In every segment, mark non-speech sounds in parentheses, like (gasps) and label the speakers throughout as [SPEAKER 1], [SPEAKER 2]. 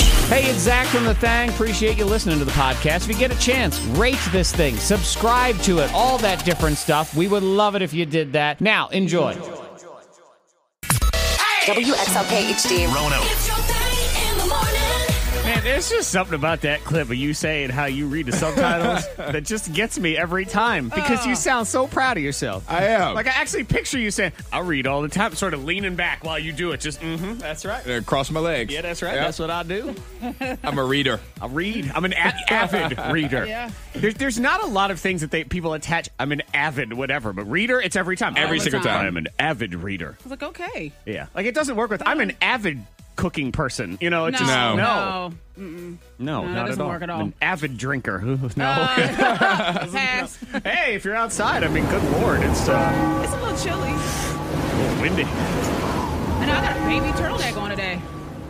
[SPEAKER 1] Hey, it's Zach from The Thang. Appreciate you listening to the podcast. If you get a chance, rate this thing, subscribe to it, all that different stuff. We would love it if you did that. Now, enjoy.
[SPEAKER 2] WXLK HD.
[SPEAKER 3] It's your thing in the morning.
[SPEAKER 4] Man, there's just something about that clip of you saying how you read the subtitles
[SPEAKER 1] (laughs)
[SPEAKER 4] that just gets me every time because
[SPEAKER 1] Oh.
[SPEAKER 4] you sound so proud of yourself.
[SPEAKER 5] I am.
[SPEAKER 4] Like, I actually picture you saying, I read all the time, sort of leaning back while you do it. Just, mm hmm, that's right.
[SPEAKER 5] Uh, cross my legs.
[SPEAKER 4] Yeah, that's right.
[SPEAKER 5] Yeah.
[SPEAKER 4] That's what I do.
[SPEAKER 5] I'm a reader.
[SPEAKER 4] I read. I'm an
[SPEAKER 6] (laughs)
[SPEAKER 4] a- avid reader. Yeah. There's, there's not a lot of things that they people attach. I'm an avid whatever, but reader, it's every time.
[SPEAKER 5] Every
[SPEAKER 4] I'm
[SPEAKER 5] single
[SPEAKER 4] a-
[SPEAKER 5] time.
[SPEAKER 4] I'm an avid reader.
[SPEAKER 6] I was like, okay.
[SPEAKER 4] Yeah. Like, it doesn't work with, I'm an avid cooking person. You know, it
[SPEAKER 6] No,
[SPEAKER 4] just,
[SPEAKER 5] No.
[SPEAKER 6] no.
[SPEAKER 4] No,
[SPEAKER 6] No, that
[SPEAKER 4] not
[SPEAKER 6] doesn't
[SPEAKER 4] at all.
[SPEAKER 6] work at all.
[SPEAKER 4] An avid drinker. (laughs) no.
[SPEAKER 6] (laughs) Uh, Pass.
[SPEAKER 4] hey, if you're outside, I mean, good lord, it's uh,
[SPEAKER 6] It's a little chilly.
[SPEAKER 4] windy.
[SPEAKER 6] And I got a baby turtleneck on today.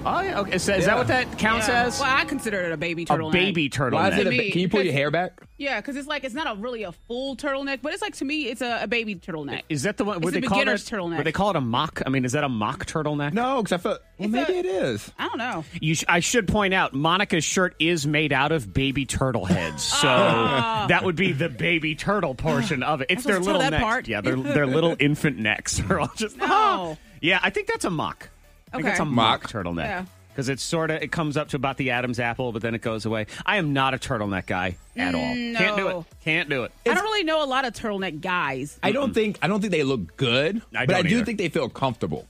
[SPEAKER 4] Oh yeah, okay. So, is that what that counts
[SPEAKER 6] Yeah.
[SPEAKER 4] as?
[SPEAKER 6] Well, I consider it a baby turtleneck.
[SPEAKER 4] a baby turtle.
[SPEAKER 5] Why is it a
[SPEAKER 6] To me,
[SPEAKER 5] ba- can you pull your
[SPEAKER 6] because-
[SPEAKER 5] hair back?
[SPEAKER 6] Yeah, because it's like, it's not a really a full turtleneck, but it's like, to me, it's a, a baby turtleneck.
[SPEAKER 4] Is that the one? Would
[SPEAKER 6] It's
[SPEAKER 4] they
[SPEAKER 6] a
[SPEAKER 4] call
[SPEAKER 6] beginner's
[SPEAKER 4] that?
[SPEAKER 6] turtleneck.
[SPEAKER 4] Would they call it a mock? I mean, is that a mock turtleneck?
[SPEAKER 5] No, because I felt. Well,
[SPEAKER 6] It's
[SPEAKER 5] maybe
[SPEAKER 6] a-
[SPEAKER 5] it is.
[SPEAKER 6] I don't know.
[SPEAKER 4] You sh- I should point out Monica's shirt is made out of baby turtle heads, so that would be the baby turtle portion of it. It's
[SPEAKER 6] Ah. I
[SPEAKER 4] their
[SPEAKER 6] was supposed to
[SPEAKER 4] little
[SPEAKER 6] tell that
[SPEAKER 4] necks.
[SPEAKER 6] part.
[SPEAKER 4] Yeah, their their little
[SPEAKER 6] (laughs)
[SPEAKER 4] infant necks (laughs) are all just.
[SPEAKER 6] No.
[SPEAKER 4] (laughs) Yeah, I think that's a mock. I think
[SPEAKER 6] Okay.
[SPEAKER 4] that's a mock,
[SPEAKER 5] Mock.
[SPEAKER 4] turtleneck.
[SPEAKER 6] Yeah.
[SPEAKER 4] Because it's sort of it comes up to about the Adam's apple, but then it goes away. I am not a turtleneck guy at all. Can't do it.
[SPEAKER 6] no.
[SPEAKER 4] Can't do it.
[SPEAKER 6] I don't really know a lot of turtleneck guys.
[SPEAKER 5] I don't think. I don't think they look good.
[SPEAKER 4] I
[SPEAKER 5] but I
[SPEAKER 4] don't
[SPEAKER 5] do
[SPEAKER 4] either.
[SPEAKER 5] think they feel comfortable.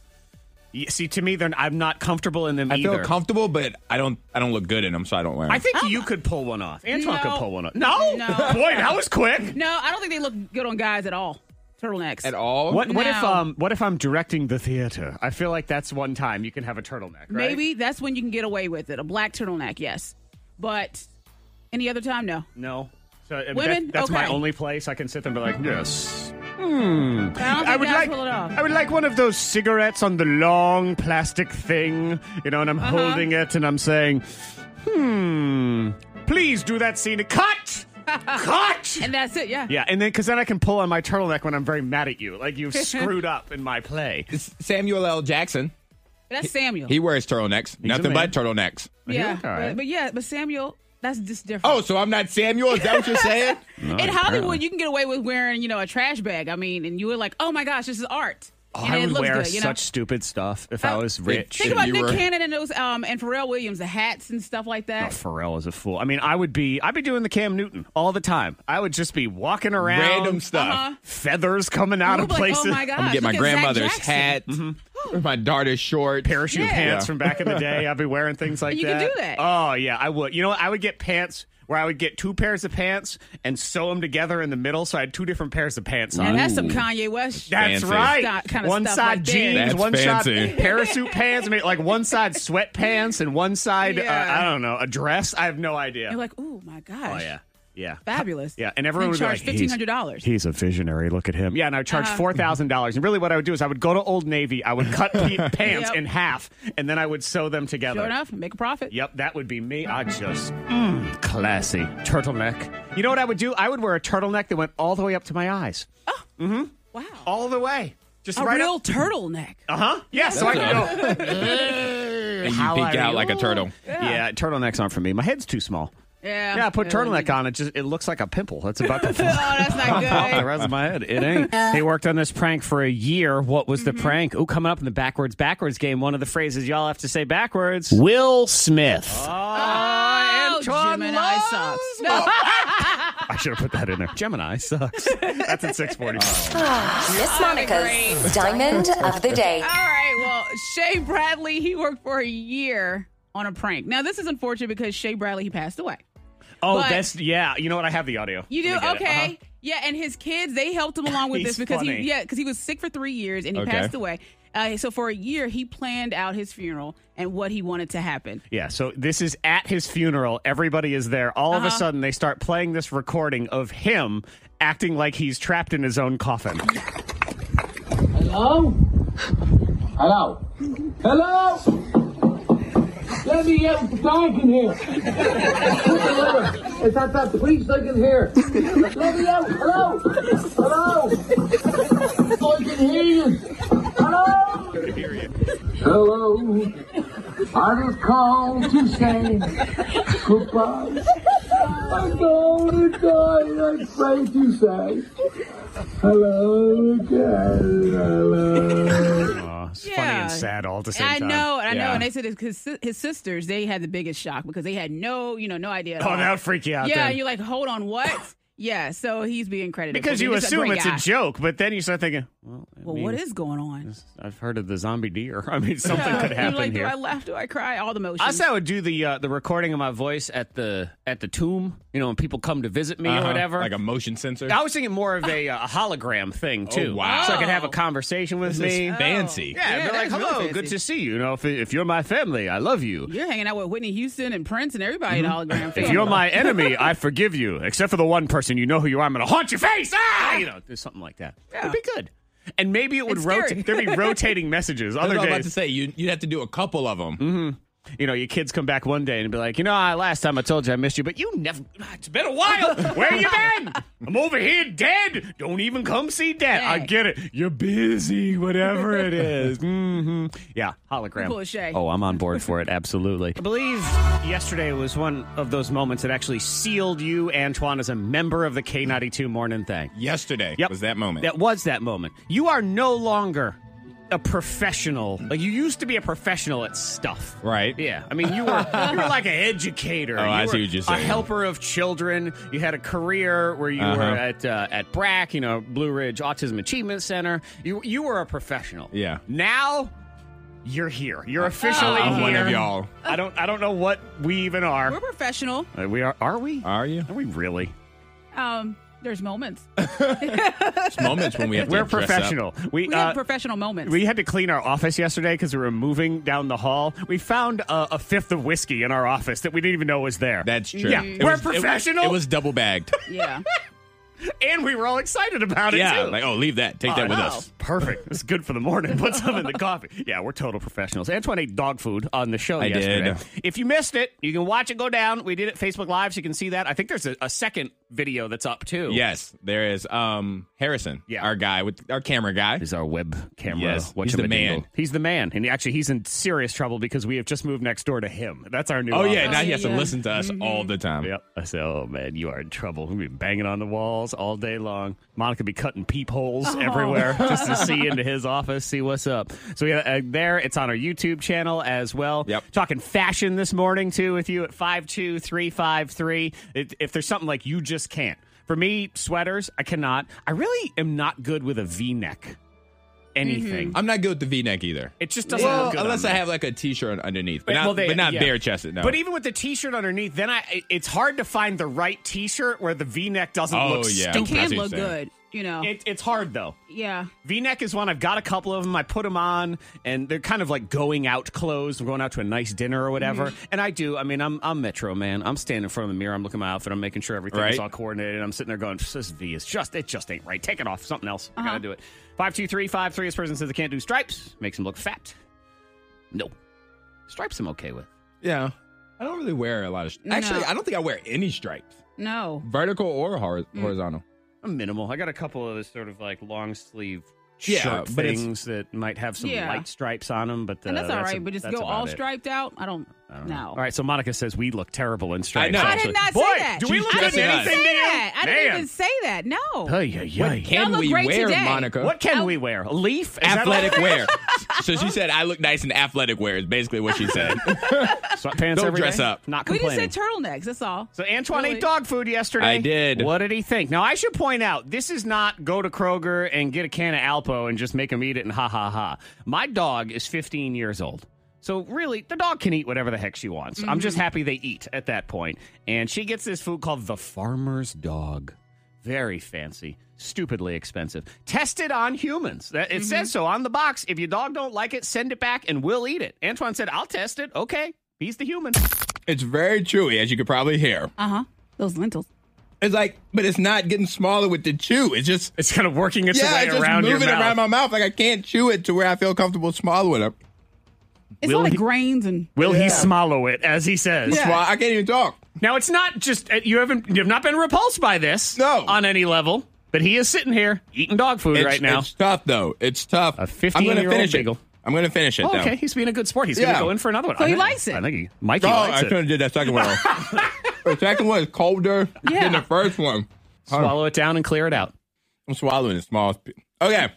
[SPEAKER 4] Y- See, to me, they're, I'm not comfortable in them
[SPEAKER 5] I
[SPEAKER 4] either.
[SPEAKER 5] feel comfortable, but I don't. I don't look good in them, so I don't wear them.
[SPEAKER 4] I think you could pull one off. Antoine
[SPEAKER 6] No.
[SPEAKER 4] could pull one off. No,
[SPEAKER 6] No.
[SPEAKER 4] boy, that was quick.
[SPEAKER 6] No, I don't think they look good on guys at all. Turtlenecks.
[SPEAKER 5] at all.
[SPEAKER 4] What what if
[SPEAKER 6] Oh, No.
[SPEAKER 4] um what if I'm directing the theater? I feel like that's one time you can have a turtleneck, right?
[SPEAKER 6] Maybe that's when you can get away with it. A black turtleneck, yes. But any other time, no.
[SPEAKER 4] No. So I mean,
[SPEAKER 6] Women?
[SPEAKER 4] that- that's my
[SPEAKER 6] Okay.
[SPEAKER 4] only place I can sit there and be like, yes.
[SPEAKER 6] I don't think
[SPEAKER 4] I would
[SPEAKER 6] guys
[SPEAKER 4] like
[SPEAKER 6] pull it off.
[SPEAKER 4] I would like one of those cigarettes on the long plastic thing, you know, and I'm
[SPEAKER 6] Uh-huh.
[SPEAKER 4] holding it and I'm saying, "Hmm, please do that scene.
[SPEAKER 6] (laughs)
[SPEAKER 4] Cut, cut."
[SPEAKER 6] and that's it, yeah.
[SPEAKER 4] yeah, and then because then I can pull on my turtleneck when I'm very mad at you,
[SPEAKER 6] (laughs)
[SPEAKER 4] like you've screwed up in my play.
[SPEAKER 5] It's Samuel L. Jackson.
[SPEAKER 6] That's Samuel.
[SPEAKER 5] He wears turtlenecks. Nothing
[SPEAKER 4] man.
[SPEAKER 5] but turtlenecks.
[SPEAKER 6] yeah.
[SPEAKER 4] all right.
[SPEAKER 6] But, but yeah, but Samuel, that's just different.
[SPEAKER 5] Oh, so I'm not Samuel? Is that what you're
[SPEAKER 4] (laughs)
[SPEAKER 5] saying?
[SPEAKER 6] In Hollywood, you can get away with wearing, you know, a trash bag. I mean, and you were like, oh my gosh, this is art. and
[SPEAKER 4] Oh, I
[SPEAKER 6] it
[SPEAKER 4] would
[SPEAKER 6] looks
[SPEAKER 4] wear
[SPEAKER 6] good, you know.
[SPEAKER 4] such stupid stuff if I
[SPEAKER 6] Oh,
[SPEAKER 4] was rich.
[SPEAKER 6] Think
[SPEAKER 5] shit
[SPEAKER 6] about
[SPEAKER 5] you
[SPEAKER 6] Nick
[SPEAKER 5] were-
[SPEAKER 6] Cannon and those um and Pharrell Williams, the hats and stuff like
[SPEAKER 4] Oh,
[SPEAKER 6] that.
[SPEAKER 4] Pharrell is a fool. I mean, I would be, I'd be doing the Cam Newton all the time. I would just be walking around,
[SPEAKER 5] Random stuff.
[SPEAKER 4] uh-huh. feathers coming out
[SPEAKER 6] People
[SPEAKER 4] of
[SPEAKER 6] be like,
[SPEAKER 4] places,
[SPEAKER 6] oh my gosh,
[SPEAKER 5] I'm gonna get my
[SPEAKER 6] look at Zach
[SPEAKER 5] grandmother's
[SPEAKER 6] Jackson.
[SPEAKER 5] hat,
[SPEAKER 6] (gasps)
[SPEAKER 5] my daughter's shorts,
[SPEAKER 4] Mm-hmm. parachute
[SPEAKER 6] Yeah.
[SPEAKER 4] pants
[SPEAKER 5] Yeah.
[SPEAKER 4] from back
[SPEAKER 5] (laughs)
[SPEAKER 4] in the day. I'd be wearing things like
[SPEAKER 6] You
[SPEAKER 4] that.
[SPEAKER 6] can do that.
[SPEAKER 4] Oh yeah, I would. You know, what? I would get pants where I would get two pairs of pants and sew them together in the middle, so I had two different pairs of pants on.
[SPEAKER 6] And that's some Kanye West. shit.
[SPEAKER 4] That's
[SPEAKER 5] Fancy.
[SPEAKER 4] right.
[SPEAKER 6] That kind of
[SPEAKER 4] one
[SPEAKER 6] stuff
[SPEAKER 4] side
[SPEAKER 6] right there.
[SPEAKER 4] jeans,
[SPEAKER 5] That's
[SPEAKER 4] one
[SPEAKER 5] fancy.
[SPEAKER 4] side (laughs) parachute pants. I mean, like one side sweatpants and one side,
[SPEAKER 6] Yeah.
[SPEAKER 4] uh, I don't know, a dress. I have no idea.
[SPEAKER 6] You're like, oh my gosh.
[SPEAKER 4] oh yeah, yeah.
[SPEAKER 6] Fabulous.
[SPEAKER 4] Yeah, and everyone
[SPEAKER 6] And
[SPEAKER 4] would be
[SPEAKER 6] charge
[SPEAKER 4] like, "He's-
[SPEAKER 6] $1,500."
[SPEAKER 4] He's a visionary. Look at him. Yeah, and I would charge four thousand dollars. And really, what I would do is I would go to Old Navy. I would cut pe- pants
[SPEAKER 6] Yep.
[SPEAKER 4] in half, and then I would sew them together.
[SPEAKER 6] Sure enough, make a profit.
[SPEAKER 4] Yep, that would be me. I just mm, classy turtleneck. You know what I would do? I would wear a turtleneck that went all the way up to my eyes,
[SPEAKER 6] Wow.
[SPEAKER 4] all the way, just
[SPEAKER 6] a
[SPEAKER 4] right
[SPEAKER 6] real
[SPEAKER 4] up.
[SPEAKER 6] turtleneck.
[SPEAKER 4] Uh huh. Yeah, so I could go.
[SPEAKER 5] and you
[SPEAKER 4] How
[SPEAKER 5] peek
[SPEAKER 4] are
[SPEAKER 5] out
[SPEAKER 4] you?
[SPEAKER 5] like a turtle.
[SPEAKER 4] Yeah. turtlenecks aren't for me. My head's too small.
[SPEAKER 6] Yeah.
[SPEAKER 4] Yeah, I put
[SPEAKER 6] Uh,
[SPEAKER 4] turtleneck on. It just it looks like a pimple. That's about the
[SPEAKER 6] Oh,
[SPEAKER 4] (laughs)
[SPEAKER 6] that's not
[SPEAKER 4] off the
[SPEAKER 6] (laughs) good.
[SPEAKER 4] rest of my head. It ain't. They worked on this prank for a year. What was
[SPEAKER 6] Mm-hmm.
[SPEAKER 4] the prank? Oh, coming up in the backwards backwards game, one of the phrases y'all have to say backwards. Ah. Will Smith.
[SPEAKER 6] Oh, Gemini sucks. No.
[SPEAKER 4] I should have put that in there. Gemini sucks. That's at six
[SPEAKER 6] (laughs)
[SPEAKER 4] forty.
[SPEAKER 2] Miss Monica's Diamond of the Day.
[SPEAKER 6] All right. Well, Shay Bradley, he worked for a year on a prank. Now, this is unfortunate because Shay Bradley, he passed away.
[SPEAKER 4] Oh,
[SPEAKER 6] But-
[SPEAKER 4] that's yeah. You know what? I have the audio.
[SPEAKER 6] You do?
[SPEAKER 4] Let me get it.
[SPEAKER 6] Okay.
[SPEAKER 4] Uh-huh.
[SPEAKER 6] Yeah. And his kids, they helped him along with
[SPEAKER 4] He's
[SPEAKER 6] this because
[SPEAKER 4] funny.
[SPEAKER 6] he, yeah, because he was sick for three years and he
[SPEAKER 5] Okay.
[SPEAKER 6] passed away. Uh, so for a year, he planned out his funeral and what he wanted to happen.
[SPEAKER 4] Yeah, so this is at his funeral. Everybody is there. All
[SPEAKER 6] Uh-huh.
[SPEAKER 4] of a sudden, they start playing this recording of him acting like he's trapped in his own coffin.
[SPEAKER 7] Hello? Hello? Hello? Let me get back in here. It's not that priest I can hear. Let me out. Hello? Hello? Oh, I can hear you. Hello? Hello? I was called to say goodbye. I'm going to die. I pray to say hello again. Hello.
[SPEAKER 4] Aw, Oh, it's funny
[SPEAKER 6] Yeah.
[SPEAKER 4] and sad all at the same
[SPEAKER 6] I
[SPEAKER 4] time.
[SPEAKER 6] know, I know,
[SPEAKER 5] Yeah.
[SPEAKER 6] and they said his, his his sisters they had the biggest shock because they had no, you know, no idea. At
[SPEAKER 4] Oh,
[SPEAKER 6] all.
[SPEAKER 4] that would freak you out.
[SPEAKER 6] yeah,
[SPEAKER 4] then.
[SPEAKER 6] you're like, hold on, what?
[SPEAKER 4] (laughs)
[SPEAKER 6] yeah, so he's being credited
[SPEAKER 4] because
[SPEAKER 6] for
[SPEAKER 4] you
[SPEAKER 6] being just
[SPEAKER 4] assume
[SPEAKER 6] great
[SPEAKER 4] it's
[SPEAKER 6] guy.
[SPEAKER 4] a joke, but then you start thinking, well, I
[SPEAKER 6] Well,
[SPEAKER 4] mean,
[SPEAKER 6] what is going on?
[SPEAKER 4] I've heard of the
[SPEAKER 1] (laughs)
[SPEAKER 4] zombie deer. I mean, something
[SPEAKER 6] Yeah,
[SPEAKER 4] could
[SPEAKER 6] you're
[SPEAKER 4] happen
[SPEAKER 6] like,
[SPEAKER 4] here.
[SPEAKER 6] Do I laugh? Do I cry? All the emotions.
[SPEAKER 1] I said I would do the uh, the recording of my voice at the at the tomb. You know, when people come to visit me or
[SPEAKER 5] Uh-huh.
[SPEAKER 1] whatever.
[SPEAKER 5] Like a motion sensor.
[SPEAKER 6] Oh,
[SPEAKER 1] I was thinking more of a, uh, a hologram thing too.
[SPEAKER 5] wow.
[SPEAKER 1] So I could have a conversation with
[SPEAKER 5] This
[SPEAKER 1] me.
[SPEAKER 5] is fancy.
[SPEAKER 4] yeah,
[SPEAKER 6] Yeah,
[SPEAKER 4] they're like,
[SPEAKER 6] that is really
[SPEAKER 4] hello,
[SPEAKER 6] fancy.
[SPEAKER 4] good to see you. You know, if, if you're my family, I love you.
[SPEAKER 6] You're hanging out with Whitney Houston and Prince and everybody in hologram.
[SPEAKER 4] Mm-hmm. (laughs) If
[SPEAKER 6] form.
[SPEAKER 4] you're
[SPEAKER 6] (laughs)
[SPEAKER 4] my enemy, I forgive you. Except for the one person, you know who you are. I'm going to haunt your face. Ah, you know, do something like that.
[SPEAKER 6] Yeah.
[SPEAKER 4] It'd be good. And maybe it would
[SPEAKER 6] It's scary.
[SPEAKER 4] rotate.
[SPEAKER 6] (laughs)
[SPEAKER 4] There'd be rotating messages.
[SPEAKER 5] I was
[SPEAKER 4] Other
[SPEAKER 5] about to
[SPEAKER 4] days, Mm-hmm.
[SPEAKER 5] say you you'd have to do a couple of them.
[SPEAKER 4] you know, your kids come back one day and be like, you know, I, last time I told you I missed you, but you never. It's been a while. Where you (laughs) been? I'm over here dead. Don't even come see dad. I
[SPEAKER 6] Dang.
[SPEAKER 4] get it. You're busy, whatever it is. Mm-hmm. Yeah, hologram.
[SPEAKER 6] Cool as Shay.
[SPEAKER 4] Oh, I'm on board for it. Absolutely. I believe yesterday was one of those moments that actually sealed you, Antoine, as a member of the K92 Morning Thing.
[SPEAKER 5] Yesterday
[SPEAKER 4] Yep.
[SPEAKER 5] was that moment.
[SPEAKER 4] That was that moment. You are no longer a professional. Like you used to be a professional at stuff.
[SPEAKER 5] Right.
[SPEAKER 4] Yeah. I mean, you were you were like an
[SPEAKER 5] (laughs)
[SPEAKER 4] educator.
[SPEAKER 5] Oh,
[SPEAKER 4] you
[SPEAKER 5] I
[SPEAKER 4] were
[SPEAKER 5] see what you're
[SPEAKER 4] A
[SPEAKER 5] saying.
[SPEAKER 4] helper of children. You had a career where you were
[SPEAKER 5] Uh-huh.
[SPEAKER 4] at uh, at BRAC, you know, Blue Ridge Autism Achievement Center. You you were a professional.
[SPEAKER 5] Yeah. Oh.
[SPEAKER 4] Now you're here. You're officially
[SPEAKER 5] I'm
[SPEAKER 4] here.
[SPEAKER 5] one of y'all.
[SPEAKER 4] I don't I don't know what we even are.
[SPEAKER 6] We're professional.
[SPEAKER 4] Uh, we are are we?
[SPEAKER 5] Are
[SPEAKER 4] (laughs)
[SPEAKER 5] you?
[SPEAKER 4] Are we really?
[SPEAKER 6] Um, there's moments.
[SPEAKER 4] Uh,
[SPEAKER 5] There's moments when we have to
[SPEAKER 4] We're
[SPEAKER 5] dress up.
[SPEAKER 4] professional.
[SPEAKER 6] We
[SPEAKER 4] uh,
[SPEAKER 6] have professional moments.
[SPEAKER 4] We had to clean our office yesterday because we were moving down the hall. We found a, a fifth of whiskey in our office that we didn't even know was there.
[SPEAKER 5] That's true.
[SPEAKER 4] Yeah,
[SPEAKER 5] It
[SPEAKER 4] we're
[SPEAKER 5] was- it-
[SPEAKER 4] professional.
[SPEAKER 5] It, was double
[SPEAKER 4] (laughs)
[SPEAKER 5] bagged.
[SPEAKER 6] yeah.
[SPEAKER 4] and we were all excited about it.
[SPEAKER 5] yeah.
[SPEAKER 4] too.
[SPEAKER 5] Like, oh, leave that. Take
[SPEAKER 4] Oh,
[SPEAKER 5] that with
[SPEAKER 4] no.
[SPEAKER 5] us.
[SPEAKER 4] Perfect. It's good for the morning. Put some in the coffee. (laughs) Yeah, we're total professionals. Antoine ate dog food on the show
[SPEAKER 5] I did.
[SPEAKER 4] yesterday. If you missed it, you can watch it go down. We did it Facebook Live, so you can see that. I think there's a, a second video that's up too.
[SPEAKER 5] Yes, there is. Um, Harrison.
[SPEAKER 4] Yeah.
[SPEAKER 5] Our guy with our camera guy.
[SPEAKER 4] Is our web camera?
[SPEAKER 5] Yes,
[SPEAKER 4] Whatcha
[SPEAKER 5] he's the
[SPEAKER 4] ma
[SPEAKER 5] man.
[SPEAKER 4] dingle. He's the man, and actually, he's in serious trouble because we have just moved next door to him. That's our new.
[SPEAKER 5] Oh yeah.
[SPEAKER 4] office.
[SPEAKER 5] Now he has
[SPEAKER 6] yeah.
[SPEAKER 5] to listen to us all the time.
[SPEAKER 4] Yep. I said, oh man, you are in trouble. We've been banging on the walls all day long. Monica be cutting peepholes everywhere just to see into his office, see what's up. So yeah, uh, there it's on our YouTube channel as well.
[SPEAKER 5] Yep.
[SPEAKER 4] Talking fashion this morning too with you at five two three five three. If there's something like you just can't. For me, sweaters, I cannot. I really am not good with a V-neck. Anything.
[SPEAKER 5] I'm not good with the V-neck either.
[SPEAKER 4] It just doesn't look good on
[SPEAKER 5] unless I
[SPEAKER 4] me.
[SPEAKER 5] have like a T-shirt underneath, but
[SPEAKER 4] Well,
[SPEAKER 5] not,
[SPEAKER 4] they-
[SPEAKER 5] but not
[SPEAKER 4] yeah.
[SPEAKER 5] bare chested. No.
[SPEAKER 4] But even with the T-shirt underneath, then I it- it's hard to find the right T-shirt where the V-neck doesn't
[SPEAKER 5] Oh,
[SPEAKER 4] look
[SPEAKER 5] yeah.
[SPEAKER 6] It
[SPEAKER 4] stupid.
[SPEAKER 5] That's
[SPEAKER 6] can
[SPEAKER 5] what
[SPEAKER 6] look
[SPEAKER 5] you're
[SPEAKER 6] good,
[SPEAKER 5] saying.
[SPEAKER 6] you know.
[SPEAKER 4] It, it's hard though.
[SPEAKER 6] yeah.
[SPEAKER 4] V-neck is one I've got a couple of them. I put them on, and they're kind of like going out clothes. We're going out to a nice dinner or whatever.
[SPEAKER 5] Mm-hmm.
[SPEAKER 4] And I do. I mean, I'm I'm Metro man. I'm standing in front of the mirror. I'm looking at my outfit. I'm making sure everything's
[SPEAKER 5] Right.
[SPEAKER 4] all coordinated. I'm sitting there going, "This V is just it just ain't right. Take it off. Something else. I gotta do it." Five two three five three. This person says I can't do stripes. Makes him look fat. No, stripes I'm okay with.
[SPEAKER 5] yeah, I don't really wear a lot of. Actually, I don't think I wear any stripes,
[SPEAKER 6] No.
[SPEAKER 5] vertical or hor- horizontal.
[SPEAKER 4] I'm minimal. I got a couple of sort of like long sleeve
[SPEAKER 5] Yeah,
[SPEAKER 4] shirt
[SPEAKER 5] but it's-
[SPEAKER 4] things that might have some
[SPEAKER 6] Yeah.
[SPEAKER 4] light stripes on them, but uh,
[SPEAKER 6] and that's all right,
[SPEAKER 4] a-
[SPEAKER 6] but just
[SPEAKER 4] that's
[SPEAKER 6] go
[SPEAKER 4] about
[SPEAKER 6] all
[SPEAKER 4] it.
[SPEAKER 6] striped out. I don't,
[SPEAKER 4] don't
[SPEAKER 6] know.
[SPEAKER 4] know. All right, so Monica says we look terrible in stripes.
[SPEAKER 5] know. I
[SPEAKER 6] I did not
[SPEAKER 4] Boy,
[SPEAKER 6] say that.
[SPEAKER 4] do we
[SPEAKER 5] She's
[SPEAKER 4] look
[SPEAKER 6] I
[SPEAKER 4] good in
[SPEAKER 5] dressing
[SPEAKER 6] didn't
[SPEAKER 5] us.
[SPEAKER 4] anything?
[SPEAKER 6] say that. I didn't
[SPEAKER 4] Man.
[SPEAKER 6] even say that. No.
[SPEAKER 4] Ay, ay, ay.
[SPEAKER 5] Can
[SPEAKER 6] look
[SPEAKER 5] we
[SPEAKER 6] great
[SPEAKER 5] wear
[SPEAKER 6] today.
[SPEAKER 5] Monica?
[SPEAKER 4] What can
[SPEAKER 6] Oh.
[SPEAKER 4] we wear? A leaf? Is that
[SPEAKER 5] athletic
[SPEAKER 4] (laughs)
[SPEAKER 5] wear? so she said, "I look nice in athletic wear." Is basically what she said.
[SPEAKER 4] all? Sweatpants
[SPEAKER 5] Don't
[SPEAKER 4] every
[SPEAKER 5] dress
[SPEAKER 4] day?
[SPEAKER 5] up.
[SPEAKER 4] Not
[SPEAKER 6] We just
[SPEAKER 4] complaining.
[SPEAKER 6] said turtlenecks. That's all.
[SPEAKER 4] so Antoine
[SPEAKER 6] Really?
[SPEAKER 4] ate dog food yesterday.
[SPEAKER 5] I did.
[SPEAKER 4] What did he think? Now I should point out this is not go to Kroger and get a can of Alpo and just make him eat it and ha ha ha. My dog is 15 years old. So really, the dog can eat whatever the heck she wants. I'm
[SPEAKER 5] Mm-hmm.
[SPEAKER 4] just happy they eat at that point. And she gets this food called the farmer's dog. Very fancy, stupidly expensive. Tested on humans. That- It
[SPEAKER 5] Mm-hmm.
[SPEAKER 4] says so on the box. If your dog don't like it, send it back and we'll eat it. Antoine said, "I'll test it." Okay. He's the human.
[SPEAKER 5] it's very chewy, as you could probably hear.
[SPEAKER 6] Uh huh. Those lentils.
[SPEAKER 5] It's like, but it's not getting smaller with the chew. It's just.
[SPEAKER 4] It's kind of working its
[SPEAKER 5] Yeah,
[SPEAKER 4] way
[SPEAKER 5] it's just
[SPEAKER 4] around your
[SPEAKER 5] moving
[SPEAKER 4] mouth.
[SPEAKER 5] around my mouth. Like I can't chew it to where I feel comfortable swallowing it.
[SPEAKER 6] It's
[SPEAKER 4] Will
[SPEAKER 6] all
[SPEAKER 4] he-
[SPEAKER 6] like grains and.
[SPEAKER 4] Will he swallow it as he says?
[SPEAKER 5] Swa- I can't even talk.
[SPEAKER 4] Now it's not just uh, you haven't you've not been repulsed by this
[SPEAKER 5] No.
[SPEAKER 4] on any level, but he is sitting here eating dog food
[SPEAKER 5] It's-
[SPEAKER 4] right now.
[SPEAKER 5] It's tough though. It's tough.
[SPEAKER 4] A
[SPEAKER 5] I'm gonna
[SPEAKER 4] 15-year-old
[SPEAKER 5] finish it.
[SPEAKER 4] beagle.
[SPEAKER 5] I'm going to finish it,
[SPEAKER 4] Oh,
[SPEAKER 5] though.
[SPEAKER 4] okay, he's being a good sport. He's going
[SPEAKER 5] Yeah.
[SPEAKER 4] to go in for another one.
[SPEAKER 6] So
[SPEAKER 4] I
[SPEAKER 6] he
[SPEAKER 4] think-
[SPEAKER 6] likes it.
[SPEAKER 4] I think he, Mikey
[SPEAKER 5] Oh, I
[SPEAKER 4] likes
[SPEAKER 5] should
[SPEAKER 4] it.
[SPEAKER 5] have did that
[SPEAKER 6] (laughs)
[SPEAKER 5] second one. the second one is colder
[SPEAKER 6] Yeah.
[SPEAKER 5] than the first one.
[SPEAKER 4] Swallow it down and clear it out.
[SPEAKER 5] I'm swallowing the smallest. Pe- okay.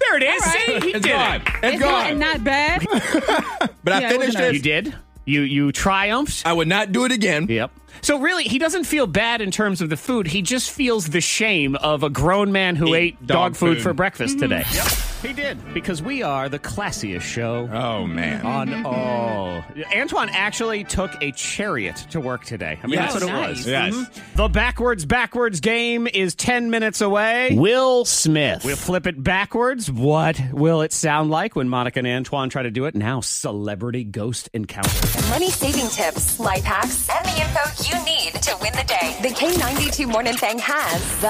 [SPEAKER 4] There it is.
[SPEAKER 6] All
[SPEAKER 4] See,
[SPEAKER 6] right.
[SPEAKER 4] he
[SPEAKER 5] It's
[SPEAKER 4] did
[SPEAKER 5] gone.
[SPEAKER 4] it.
[SPEAKER 5] It's
[SPEAKER 6] It's not,
[SPEAKER 5] gone.
[SPEAKER 6] not bad.
[SPEAKER 4] (laughs)
[SPEAKER 5] but I
[SPEAKER 6] yeah, it
[SPEAKER 5] finished
[SPEAKER 6] wasn't
[SPEAKER 5] this.
[SPEAKER 4] You did. You you triumphed.
[SPEAKER 5] I would not do it again.
[SPEAKER 4] Yep. So really, he doesn't feel bad in terms of the food. He just feels the shame of a grown man who
[SPEAKER 5] Eat
[SPEAKER 4] ate dog,
[SPEAKER 5] dog
[SPEAKER 4] food,
[SPEAKER 5] food.
[SPEAKER 4] for breakfast today. Yep. He did because we are the classiest show.
[SPEAKER 5] Oh, man.
[SPEAKER 4] on all. Antoine actually took a chariot to work today. I mean,
[SPEAKER 5] Yes.
[SPEAKER 4] that's what it was.
[SPEAKER 6] Nice.
[SPEAKER 5] Yes.
[SPEAKER 4] The backwards backwards game is 10 minutes away.
[SPEAKER 1] Will Smith.
[SPEAKER 4] We'll flip it backwards. What will it sound like when Monica and Antoine try to do it? Now, celebrity ghost encounter.
[SPEAKER 2] Money saving tips, life hacks, and the info you need to win the day. The K92 Morning Thing has the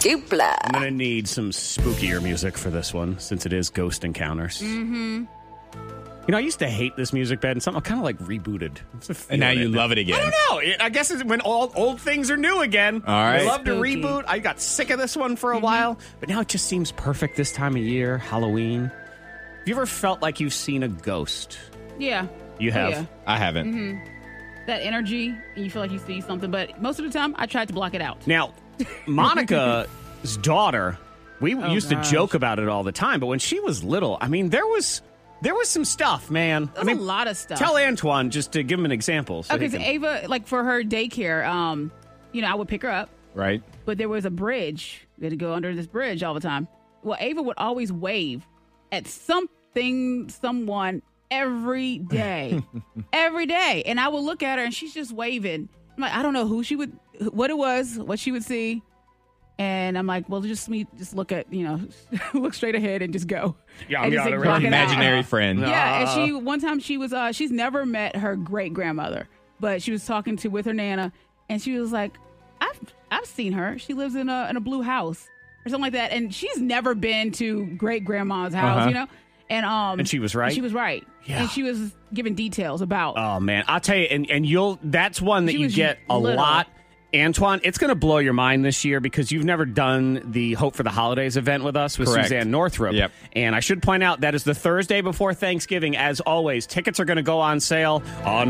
[SPEAKER 2] dupla.
[SPEAKER 4] I'm going to need some spookier music for this one since it is ghost encounters. Mm-hmm. You know, I used to hate this music bed and something kind of like rebooted.
[SPEAKER 5] And now you love it again.
[SPEAKER 4] I don't know. It- I guess it's when all old things are new again.
[SPEAKER 5] All right.
[SPEAKER 4] I love to
[SPEAKER 6] Spooky. Mm-hmm.
[SPEAKER 4] reboot. I got sick of this one for a while, but now it just seems perfect this time of year, Halloween. Have you ever felt like you've seen a ghost?
[SPEAKER 6] Yeah.
[SPEAKER 4] You
[SPEAKER 6] Oh,
[SPEAKER 4] have.
[SPEAKER 6] yeah.
[SPEAKER 5] I haven't.
[SPEAKER 6] That energy, and you feel like you see something, but most of the time, I tried to block it out.
[SPEAKER 4] Now,
[SPEAKER 6] (laughs)
[SPEAKER 4] Monica's daughter, we used
[SPEAKER 6] Oh, gosh.
[SPEAKER 4] to joke about it all the time, but when she was little, I mean, there was there was some stuff, man. I
[SPEAKER 6] There's
[SPEAKER 4] mean,
[SPEAKER 6] a lot of stuff.
[SPEAKER 4] Tell Antoine just to give him an example. So he
[SPEAKER 6] Okay, so
[SPEAKER 4] can-
[SPEAKER 6] Ava, like for her daycare, um, you know, I would pick her up,
[SPEAKER 5] Right?
[SPEAKER 6] but there was a bridge. We had to go under this bridge all the time. Well, Ava would always wave at something, someone every day, every day, and I would look at her, and she's just waving. I'm like, I don't know who she would, what it was, what she would see, and I'm like, well, just me, just look at, you know, (laughs) look straight ahead and just go.
[SPEAKER 4] Yeah,
[SPEAKER 6] And
[SPEAKER 4] yeah,
[SPEAKER 6] just, like,
[SPEAKER 4] right.
[SPEAKER 6] block it out.
[SPEAKER 5] Imaginary friend.
[SPEAKER 6] Yeah, and
[SPEAKER 5] Uh-huh.
[SPEAKER 6] she one time she was uh she's never met her great grandmother, but she was talking to with her nana, and she was like, "I've I've seen her. She lives in a in a blue house or something like that, and she's never been to great grandma's house,
[SPEAKER 5] Uh-huh.
[SPEAKER 6] you know." And um,
[SPEAKER 4] And she was right?
[SPEAKER 6] she was right.
[SPEAKER 4] Yeah.
[SPEAKER 6] And she was giving details about.
[SPEAKER 5] Uh,
[SPEAKER 4] Oh man, I'll tell you, and and you'll that's one that
[SPEAKER 6] She
[SPEAKER 4] you
[SPEAKER 6] was
[SPEAKER 4] get a
[SPEAKER 6] little.
[SPEAKER 4] lot. Antoine, it's going to blow your mind this year because you've never done the Hope for the Holidays event with us with
[SPEAKER 5] Correct.
[SPEAKER 4] Suzanne Northrup.
[SPEAKER 5] Yep.
[SPEAKER 4] And I should point out that is the Thursday before Thanksgiving. As always, tickets are going to go on sale on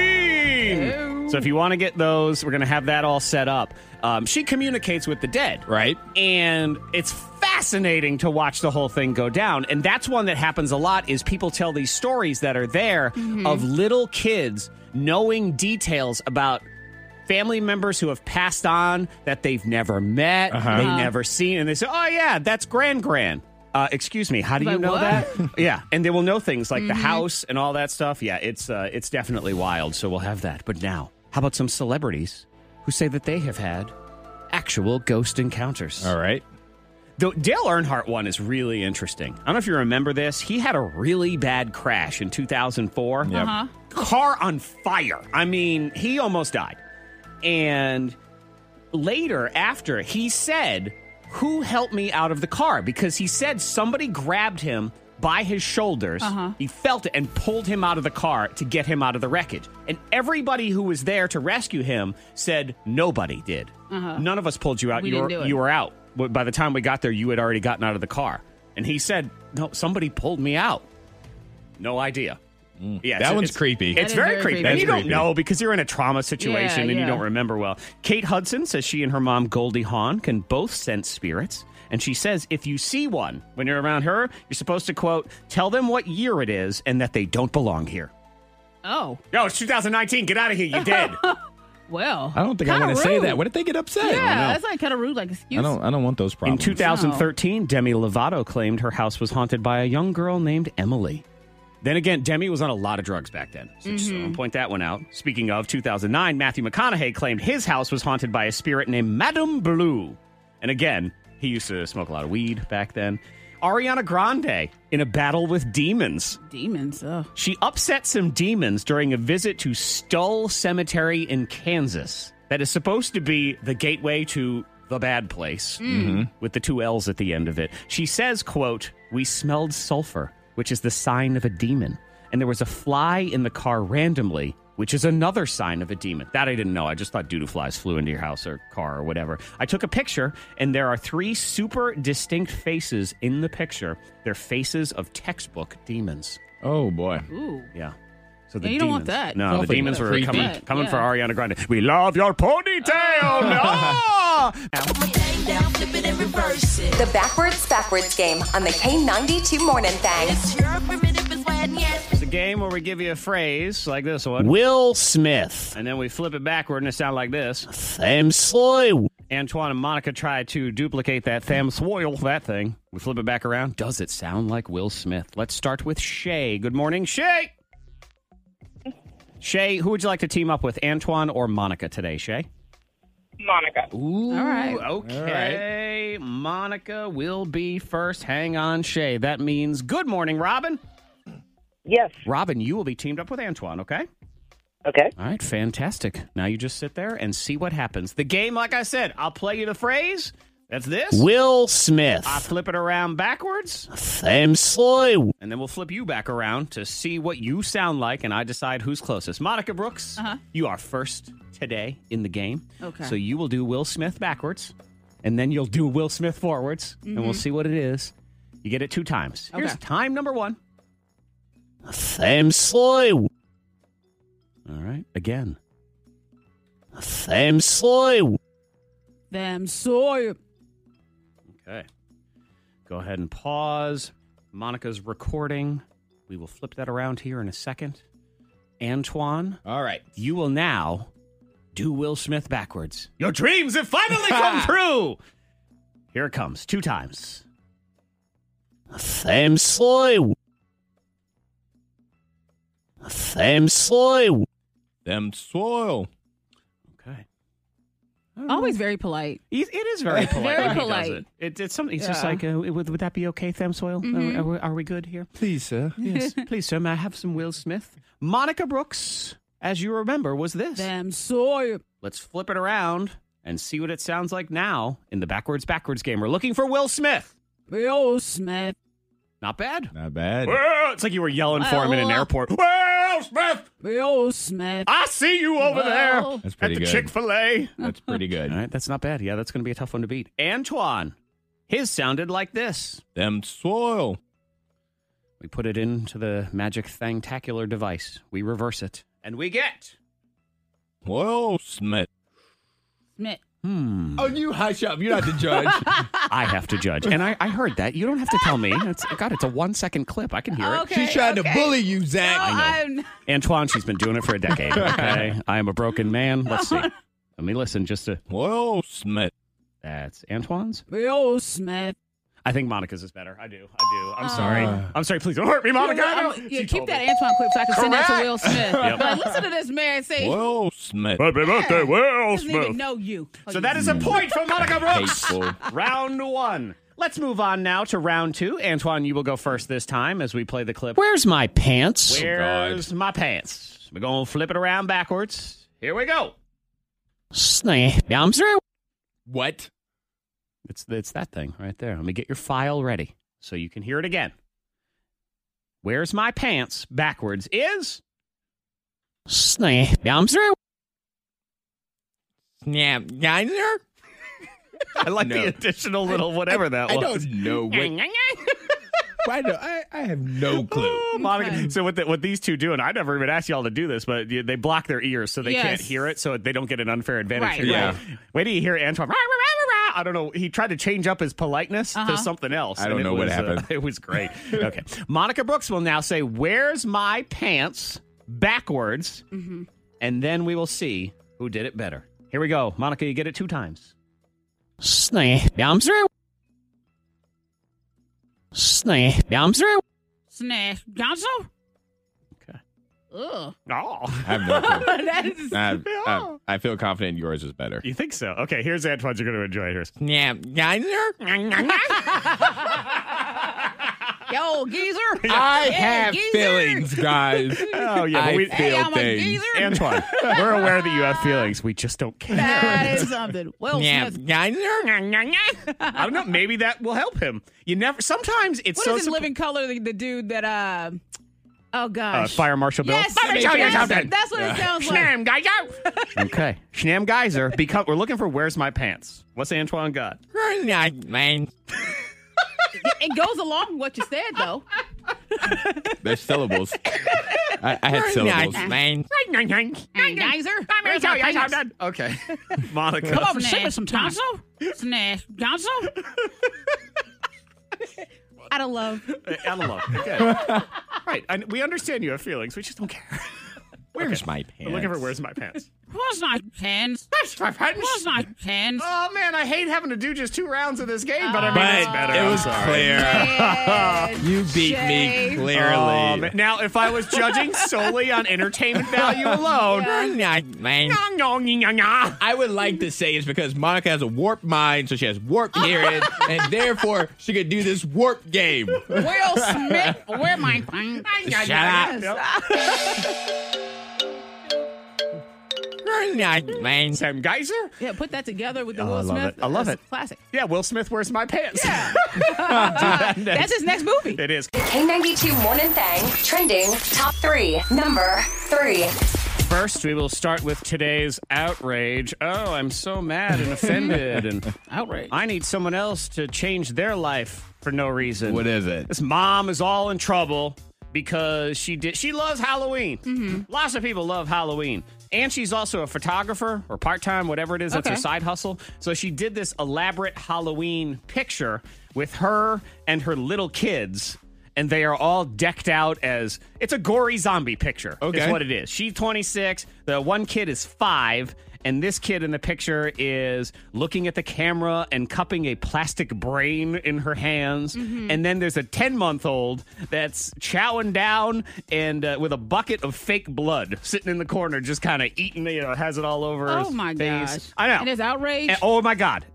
[SPEAKER 4] Halloween. So if you want to get those, we're going to have that all set up. Um, she communicates with the dead.
[SPEAKER 5] Right?
[SPEAKER 4] And it's fascinating to watch the whole thing go down. And that's one that happens a lot is people tell these stories that are there of little kids knowing details about family members who have passed on that they've never met,
[SPEAKER 6] Uh-huh.
[SPEAKER 4] they've never seen, and they say, "Oh yeah, that's grand grand." Uh, excuse me, how do you
[SPEAKER 6] Like,
[SPEAKER 4] know
[SPEAKER 6] what? (laughs) Mm-hmm.
[SPEAKER 4] that? yeah, and they will know things like the house and all that stuff. Yeah, it's uh, it's definitely wild. So we'll have that. But now, how about some celebrities who say that they have had actual ghost encounters?
[SPEAKER 5] All right.
[SPEAKER 4] The Dale Earnhardt one is really interesting. I don't know if you remember this. He had a really bad crash in 2004.
[SPEAKER 6] Huh?
[SPEAKER 4] Car on fire. I mean, he almost died. And later, after, he said, Who helped me out of the car? Because he said somebody grabbed him by his shoulders.
[SPEAKER 6] Uh-huh.
[SPEAKER 4] He felt it and pulled him out of the car to get him out of the wreckage. And everybody who was there to rescue him said, Nobody did. None of us pulled you out.
[SPEAKER 6] Uh-huh. We
[SPEAKER 4] you,
[SPEAKER 6] didn't
[SPEAKER 4] were,
[SPEAKER 6] do it."
[SPEAKER 4] you were out. W- By the time we got there, you had already gotten out of the car. And he said, No, somebody pulled me out. No idea. Yeah,
[SPEAKER 5] That
[SPEAKER 4] it's-
[SPEAKER 5] one's
[SPEAKER 4] it's-
[SPEAKER 5] creepy.
[SPEAKER 4] It's
[SPEAKER 6] is
[SPEAKER 4] very,
[SPEAKER 6] very
[SPEAKER 4] creepy.
[SPEAKER 6] creepy.
[SPEAKER 4] And you
[SPEAKER 5] That's
[SPEAKER 4] don't
[SPEAKER 5] creepy.
[SPEAKER 4] know because you're in a trauma situation and you
[SPEAKER 6] yeah.
[SPEAKER 4] don't remember well. Kate Hudson says she and her mom Goldie Hawn can both sense spirits, and she says if you see one when you're around her, you're supposed to quote, "Tell them what year it is and that they don't belong here."
[SPEAKER 6] Oh,
[SPEAKER 4] No, it's 2019. Get out of (laughs) here. You're dead.
[SPEAKER 6] well.
[SPEAKER 5] I don't think I
[SPEAKER 6] Kinda
[SPEAKER 5] want to say
[SPEAKER 6] rude.
[SPEAKER 5] that. What if they get upset?
[SPEAKER 6] Yeah,
[SPEAKER 5] I don't
[SPEAKER 6] that's
[SPEAKER 5] know.
[SPEAKER 6] like kind of rude. Like, excuse
[SPEAKER 5] I don't, I don't want those
[SPEAKER 4] in
[SPEAKER 5] problems.
[SPEAKER 4] 2013, Demi Lovato claimed her house was haunted by a young girl named Emily. Then again, Demi was on a lot of drugs back then. So just wanna point that one out. Speaking of 2009, Matthew McConaughey claimed his house was haunted by a spirit named Madame Blue. And again, he used to smoke a lot of weed back then. Ariana Grande in a battle with demons.
[SPEAKER 6] demons. uh, Ugh.
[SPEAKER 4] She upset some demons during a visit to Stull Cemetery in Kansas. That is supposed to be the gateway to the bad place with the two L's at the end of it. She says, quote, "We smelled sulfur, which is the sign of a demon, and there was a fly in the car randomly which is another sign of a demon. That I didn't know. I just thought doodoo flies flew into your house or car or whatever. I took a picture, and there are three super distinct faces in the picture. They're faces of textbook demons.
[SPEAKER 5] Oh boy.
[SPEAKER 6] Ooh.
[SPEAKER 4] Yeah. So the
[SPEAKER 6] Yeah, you don't want that.
[SPEAKER 4] No,
[SPEAKER 6] It's
[SPEAKER 4] the
[SPEAKER 5] awfully
[SPEAKER 4] demons were
[SPEAKER 5] creepy.
[SPEAKER 4] coming, coming
[SPEAKER 6] Yeah.
[SPEAKER 4] for Ariana Grande. We love your
[SPEAKER 6] (laughs)
[SPEAKER 4] ponytail. no!
[SPEAKER 3] Thing down, flip it and reverse it.
[SPEAKER 2] The backwards, backwards game on the K92 Morning Thing.
[SPEAKER 3] It's your primitive is wet, yes.
[SPEAKER 4] It's a game where we give you a phrase like this one. Will Smith. And then we flip it backward and it sounds like this. Tham soil. Antoine and Monica try to duplicate that tham soil, that thing. We flip it back around. Does it sound like Will Smith? Let's start with Shay. Good morning, Shay. Shay, who would you like to team up with, Antoine or Monica today, Shay?
[SPEAKER 8] Monica.
[SPEAKER 4] Ooh,
[SPEAKER 6] All right.
[SPEAKER 4] Okay. Monica will be first. Hang on, Shay. That means good morning, Robin.
[SPEAKER 8] Yes.
[SPEAKER 4] Robin, you will be teamed up with Antoine, okay?
[SPEAKER 8] Okay.
[SPEAKER 4] All right, fantastic. Now you just sit there and see what happens. The game, like I said, I'll play you the phrase. That's this.
[SPEAKER 1] Will Smith.
[SPEAKER 4] I flip it around backwards,
[SPEAKER 1] Sam Sloy.
[SPEAKER 4] and then we'll flip you back around to see what you sound like, and I decide who's closest. Monica Brooks, you are first today in the game.
[SPEAKER 6] Okay.
[SPEAKER 4] So you will do Will Smith backwards, and then you'll do Will Smith forwards, and we'll see what it is. You get it two times. Here's
[SPEAKER 6] Okay.
[SPEAKER 4] time number one.
[SPEAKER 1] Sam Sloy.
[SPEAKER 4] All right, again.
[SPEAKER 1] Sam Sloy.
[SPEAKER 6] Them soy.
[SPEAKER 4] Okay. Go ahead and pause. Monica's recording. We will flip that around here in a second. Antoine,
[SPEAKER 5] All right.
[SPEAKER 4] you will now do Will Smith backwards. Your dreams have (laughs) finally come true. Here it comes, two times.
[SPEAKER 1] Sam Sloy. Sam Sloy.
[SPEAKER 5] Them soil.
[SPEAKER 4] Okay.
[SPEAKER 6] Always very polite.
[SPEAKER 4] It is very polite.
[SPEAKER 6] Very
[SPEAKER 4] when he does
[SPEAKER 6] polite.
[SPEAKER 4] It. It- it's something. It's just
[SPEAKER 5] Yeah.
[SPEAKER 4] like, uh, would, would that be okay, Thamsoil?
[SPEAKER 6] Mm-hmm.
[SPEAKER 4] Are, we, are we good here?
[SPEAKER 5] Please, sir.
[SPEAKER 6] (laughs)
[SPEAKER 4] Yes, please, sir. May I have some Will Smith? Monica Brooks, as you remember, was this.
[SPEAKER 6] Them soy.
[SPEAKER 4] Let's flip it around and see what it sounds like now in the backwards backwards game. We're looking for Will Smith.
[SPEAKER 6] Will Smith.
[SPEAKER 4] Not
[SPEAKER 5] (laughs)
[SPEAKER 4] bad.
[SPEAKER 5] Not bad.
[SPEAKER 4] Well, It's like you were yelling for him in an
[SPEAKER 6] Well,
[SPEAKER 4] airport. Will Smith,
[SPEAKER 6] Will Smith.
[SPEAKER 4] I see you over there
[SPEAKER 6] Well.
[SPEAKER 5] That's
[SPEAKER 4] at
[SPEAKER 5] pretty
[SPEAKER 4] the
[SPEAKER 5] good.
[SPEAKER 4] Chick Fil A.
[SPEAKER 5] That's pretty good.
[SPEAKER 4] All right, that's not bad. Yeah, that's going to be a tough one to beat. Antoine, his sounded like this.
[SPEAKER 5] Them soil.
[SPEAKER 4] We put it into the magic thangtacular device. We reverse it, and we get.
[SPEAKER 5] Will Smith.
[SPEAKER 6] Smith.
[SPEAKER 4] Hmm.
[SPEAKER 5] Oh, you hush up. You're not (laughs) the judge.
[SPEAKER 4] I have to judge, and I, I heard that. You don't have to tell me. It's, God, it's a one-second clip. I can hear it.
[SPEAKER 6] Okay,
[SPEAKER 5] She's trying
[SPEAKER 6] okay.
[SPEAKER 5] to bully you,
[SPEAKER 6] No,
[SPEAKER 5] Zach.
[SPEAKER 6] I'm.
[SPEAKER 4] Antoine, she's been doing it for a decade. (laughs) Okay, I am a broken man. Let's
[SPEAKER 6] (laughs)
[SPEAKER 4] see. Let me listen just to.
[SPEAKER 5] Will Smith.
[SPEAKER 4] That's Antoine's.
[SPEAKER 6] Will Smith.
[SPEAKER 4] I think Monica's is better. I do. I do. I'm sorry.
[SPEAKER 5] Uh.
[SPEAKER 4] I'm sorry. Please don't hurt me, Monica. I
[SPEAKER 6] I'm-
[SPEAKER 4] don't-
[SPEAKER 6] yeah,
[SPEAKER 4] She
[SPEAKER 6] keep
[SPEAKER 4] told
[SPEAKER 6] that
[SPEAKER 4] me.
[SPEAKER 6] Antoine clip so I can send that to Will
[SPEAKER 4] (laughs)
[SPEAKER 6] Smith.
[SPEAKER 4] Yep.
[SPEAKER 6] Like, listen to this man say
[SPEAKER 5] Will Smith.
[SPEAKER 4] Happy birthday, Will
[SPEAKER 6] doesn't even
[SPEAKER 4] Smith.
[SPEAKER 6] know you. Oh,
[SPEAKER 4] So
[SPEAKER 6] you-
[SPEAKER 4] that is a point for Monica Brooks.
[SPEAKER 5] Hateful.
[SPEAKER 4] round one. Let's move on now to round two. Antoine, you will go first this time as we play the clip.
[SPEAKER 1] Where's my pants?
[SPEAKER 4] Where's my pants? We're gonna flip it around backwards. Here we go.
[SPEAKER 1] Snap. I'm sorry.
[SPEAKER 5] What?
[SPEAKER 4] It's it's that thing right there. Let me get your file ready so you can hear it again. Where's my pants? Backwards is
[SPEAKER 1] Snap. I'm sorry.
[SPEAKER 5] Snap. Geyser?
[SPEAKER 4] I like
[SPEAKER 5] No.
[SPEAKER 4] the additional little whatever
[SPEAKER 5] (laughs)
[SPEAKER 4] that
[SPEAKER 5] I
[SPEAKER 4] was.
[SPEAKER 5] don't know. What, I, don't, I, I have (laughs) no clue.
[SPEAKER 6] Oh,
[SPEAKER 4] Monica, so what, the, what these two do, and I never even asked y'all to do this, but you- they block their ears so they can't
[SPEAKER 6] Yes.
[SPEAKER 4] hear it, so they don't get an unfair advantage.
[SPEAKER 6] Right,
[SPEAKER 4] You're
[SPEAKER 5] right.
[SPEAKER 4] like, Wait till you hear Antoine. "Rah, rah, rah, rah, rah." I don't know. He tried to change up his politeness
[SPEAKER 6] Uh-huh.
[SPEAKER 4] to something else.
[SPEAKER 5] I don't
[SPEAKER 4] and it
[SPEAKER 5] know what
[SPEAKER 4] was, uh,
[SPEAKER 5] happened.
[SPEAKER 4] (laughs) it was great. Okay. Monica Brooks will now say, Where's my pants? backwards,
[SPEAKER 6] Mm-hmm.
[SPEAKER 4] and then we will see who did it better. Here we go. Monica, you get it two times.
[SPEAKER 1] Snap. I'm sorry. Snap. I'm sorry.
[SPEAKER 6] Snatch Gonzo?
[SPEAKER 4] Okay.
[SPEAKER 6] Ugh. (laughs)
[SPEAKER 4] Oh.
[SPEAKER 5] I have no clue.
[SPEAKER 6] that is.
[SPEAKER 5] I, (laughs) I, I feel confident yours is better.
[SPEAKER 4] You think so? Okay, here's Antoine's. You're going to enjoy hers.
[SPEAKER 5] Snap. Geyser?
[SPEAKER 6] Yo, geezer.
[SPEAKER 5] I
[SPEAKER 4] (laughs)
[SPEAKER 6] Yeah,
[SPEAKER 5] have
[SPEAKER 6] geezer.
[SPEAKER 5] feelings, guys.
[SPEAKER 4] Oh, yeah. But
[SPEAKER 5] I
[SPEAKER 4] we,
[SPEAKER 5] feel
[SPEAKER 6] Hey, I'm a
[SPEAKER 5] things.
[SPEAKER 6] geezer.
[SPEAKER 4] Antoine, we're aware that you have feelings. We just don't care.
[SPEAKER 6] That is something.
[SPEAKER 5] (laughs)
[SPEAKER 6] Will
[SPEAKER 5] Snap.
[SPEAKER 6] Smith.
[SPEAKER 5] Geyser?
[SPEAKER 4] I don't know. Maybe that will help him. You never. Sometimes it's
[SPEAKER 6] What
[SPEAKER 4] so.
[SPEAKER 6] is in
[SPEAKER 4] surp-
[SPEAKER 6] Living Color? The, the dude that uh, Oh
[SPEAKER 4] uh,
[SPEAKER 6] gosh.
[SPEAKER 4] Fire Marshal Bill.
[SPEAKER 6] Yes.
[SPEAKER 4] Let me tell you
[SPEAKER 6] that's,
[SPEAKER 4] something.
[SPEAKER 6] that's what
[SPEAKER 4] (laughs)
[SPEAKER 6] it sounds like.
[SPEAKER 4] Schnam Geyser. okay. Schnam Geyser. Become, we're looking for Where's My Pants? What's Antoine got?
[SPEAKER 5] Man,
[SPEAKER 6] It goes along with what you said though.
[SPEAKER 5] there's syllables. I, I had syllables. Man,
[SPEAKER 6] Geyser. Where's my penis?
[SPEAKER 4] Okay. (laughs) Monica.
[SPEAKER 1] Come over and sing
[SPEAKER 6] Snash
[SPEAKER 1] us some Tonsil.
[SPEAKER 6] Snash Gonzo. (laughs) Out of love.
[SPEAKER 4] Out of love. Okay. (laughs) right. And we understand you have feelings. We just don't care.
[SPEAKER 5] where's my pants?
[SPEAKER 4] We're looking for Where's My Pants?
[SPEAKER 6] Where's my pants?
[SPEAKER 4] Where's My Pants?
[SPEAKER 6] my pants?
[SPEAKER 4] Oh, man. I hate having to do just two rounds of this game, but I mean, it's
[SPEAKER 5] But
[SPEAKER 4] better.
[SPEAKER 5] it
[SPEAKER 4] I'm
[SPEAKER 5] was
[SPEAKER 4] sorry.
[SPEAKER 5] clear. You beat
[SPEAKER 6] Shay.
[SPEAKER 5] me clearly.
[SPEAKER 4] Oh, man. now, if I was judging solely on entertainment
[SPEAKER 5] (laughs)
[SPEAKER 4] value alone,
[SPEAKER 5] Man.
[SPEAKER 4] Nyong, nyong, nyong, nyong.
[SPEAKER 5] I would like to say it's because Monica has a warped mind, so she has
[SPEAKER 6] (laughs)
[SPEAKER 5] warped hearing, and therefore she could do this warped game.
[SPEAKER 6] (laughs) Will Smith, where my (laughs) pants?
[SPEAKER 5] Shut up. Man.
[SPEAKER 4] Sam Geyser?
[SPEAKER 6] Yeah, put that together with the
[SPEAKER 4] Oh, I
[SPEAKER 6] Will
[SPEAKER 4] love
[SPEAKER 6] Smith.
[SPEAKER 4] it. I love
[SPEAKER 6] That's
[SPEAKER 4] it.
[SPEAKER 6] Classic.
[SPEAKER 4] Yeah, Will Smith, where's my pants?
[SPEAKER 6] That's his next movie.
[SPEAKER 4] (laughs) it is.
[SPEAKER 2] The K92 Morning Thang trending top three. Number three.
[SPEAKER 4] First, we will start with today's outrage. Oh, I'm so mad and offended, and
[SPEAKER 5] (laughs)
[SPEAKER 6] Outrage.
[SPEAKER 4] I need someone else to change their life for no reason.
[SPEAKER 5] What is it?
[SPEAKER 4] This mom is all in trouble because she did. She loves Halloween. Lots of people love Halloween. And she's also a photographer or part time, whatever it is. That's her
[SPEAKER 6] Okay.
[SPEAKER 4] side hustle. So she did this elaborate Halloween picture with her and her little kids. And they are all decked out as it's a gory zombie picture. Is
[SPEAKER 5] Okay.
[SPEAKER 4] what it is. She's 26. The one kid is five. And this kid in the picture is looking at the camera and cupping a plastic brain in her hands.
[SPEAKER 6] Mm-hmm.
[SPEAKER 4] And then there's a 10 month old that's chowing down and uh, with a bucket of fake blood sitting in the corner, just kind of eating, you know, has it all over
[SPEAKER 6] Oh
[SPEAKER 4] his
[SPEAKER 6] my
[SPEAKER 4] face.
[SPEAKER 6] gosh.
[SPEAKER 4] I know.
[SPEAKER 6] And it's outrage.
[SPEAKER 4] And- oh my God.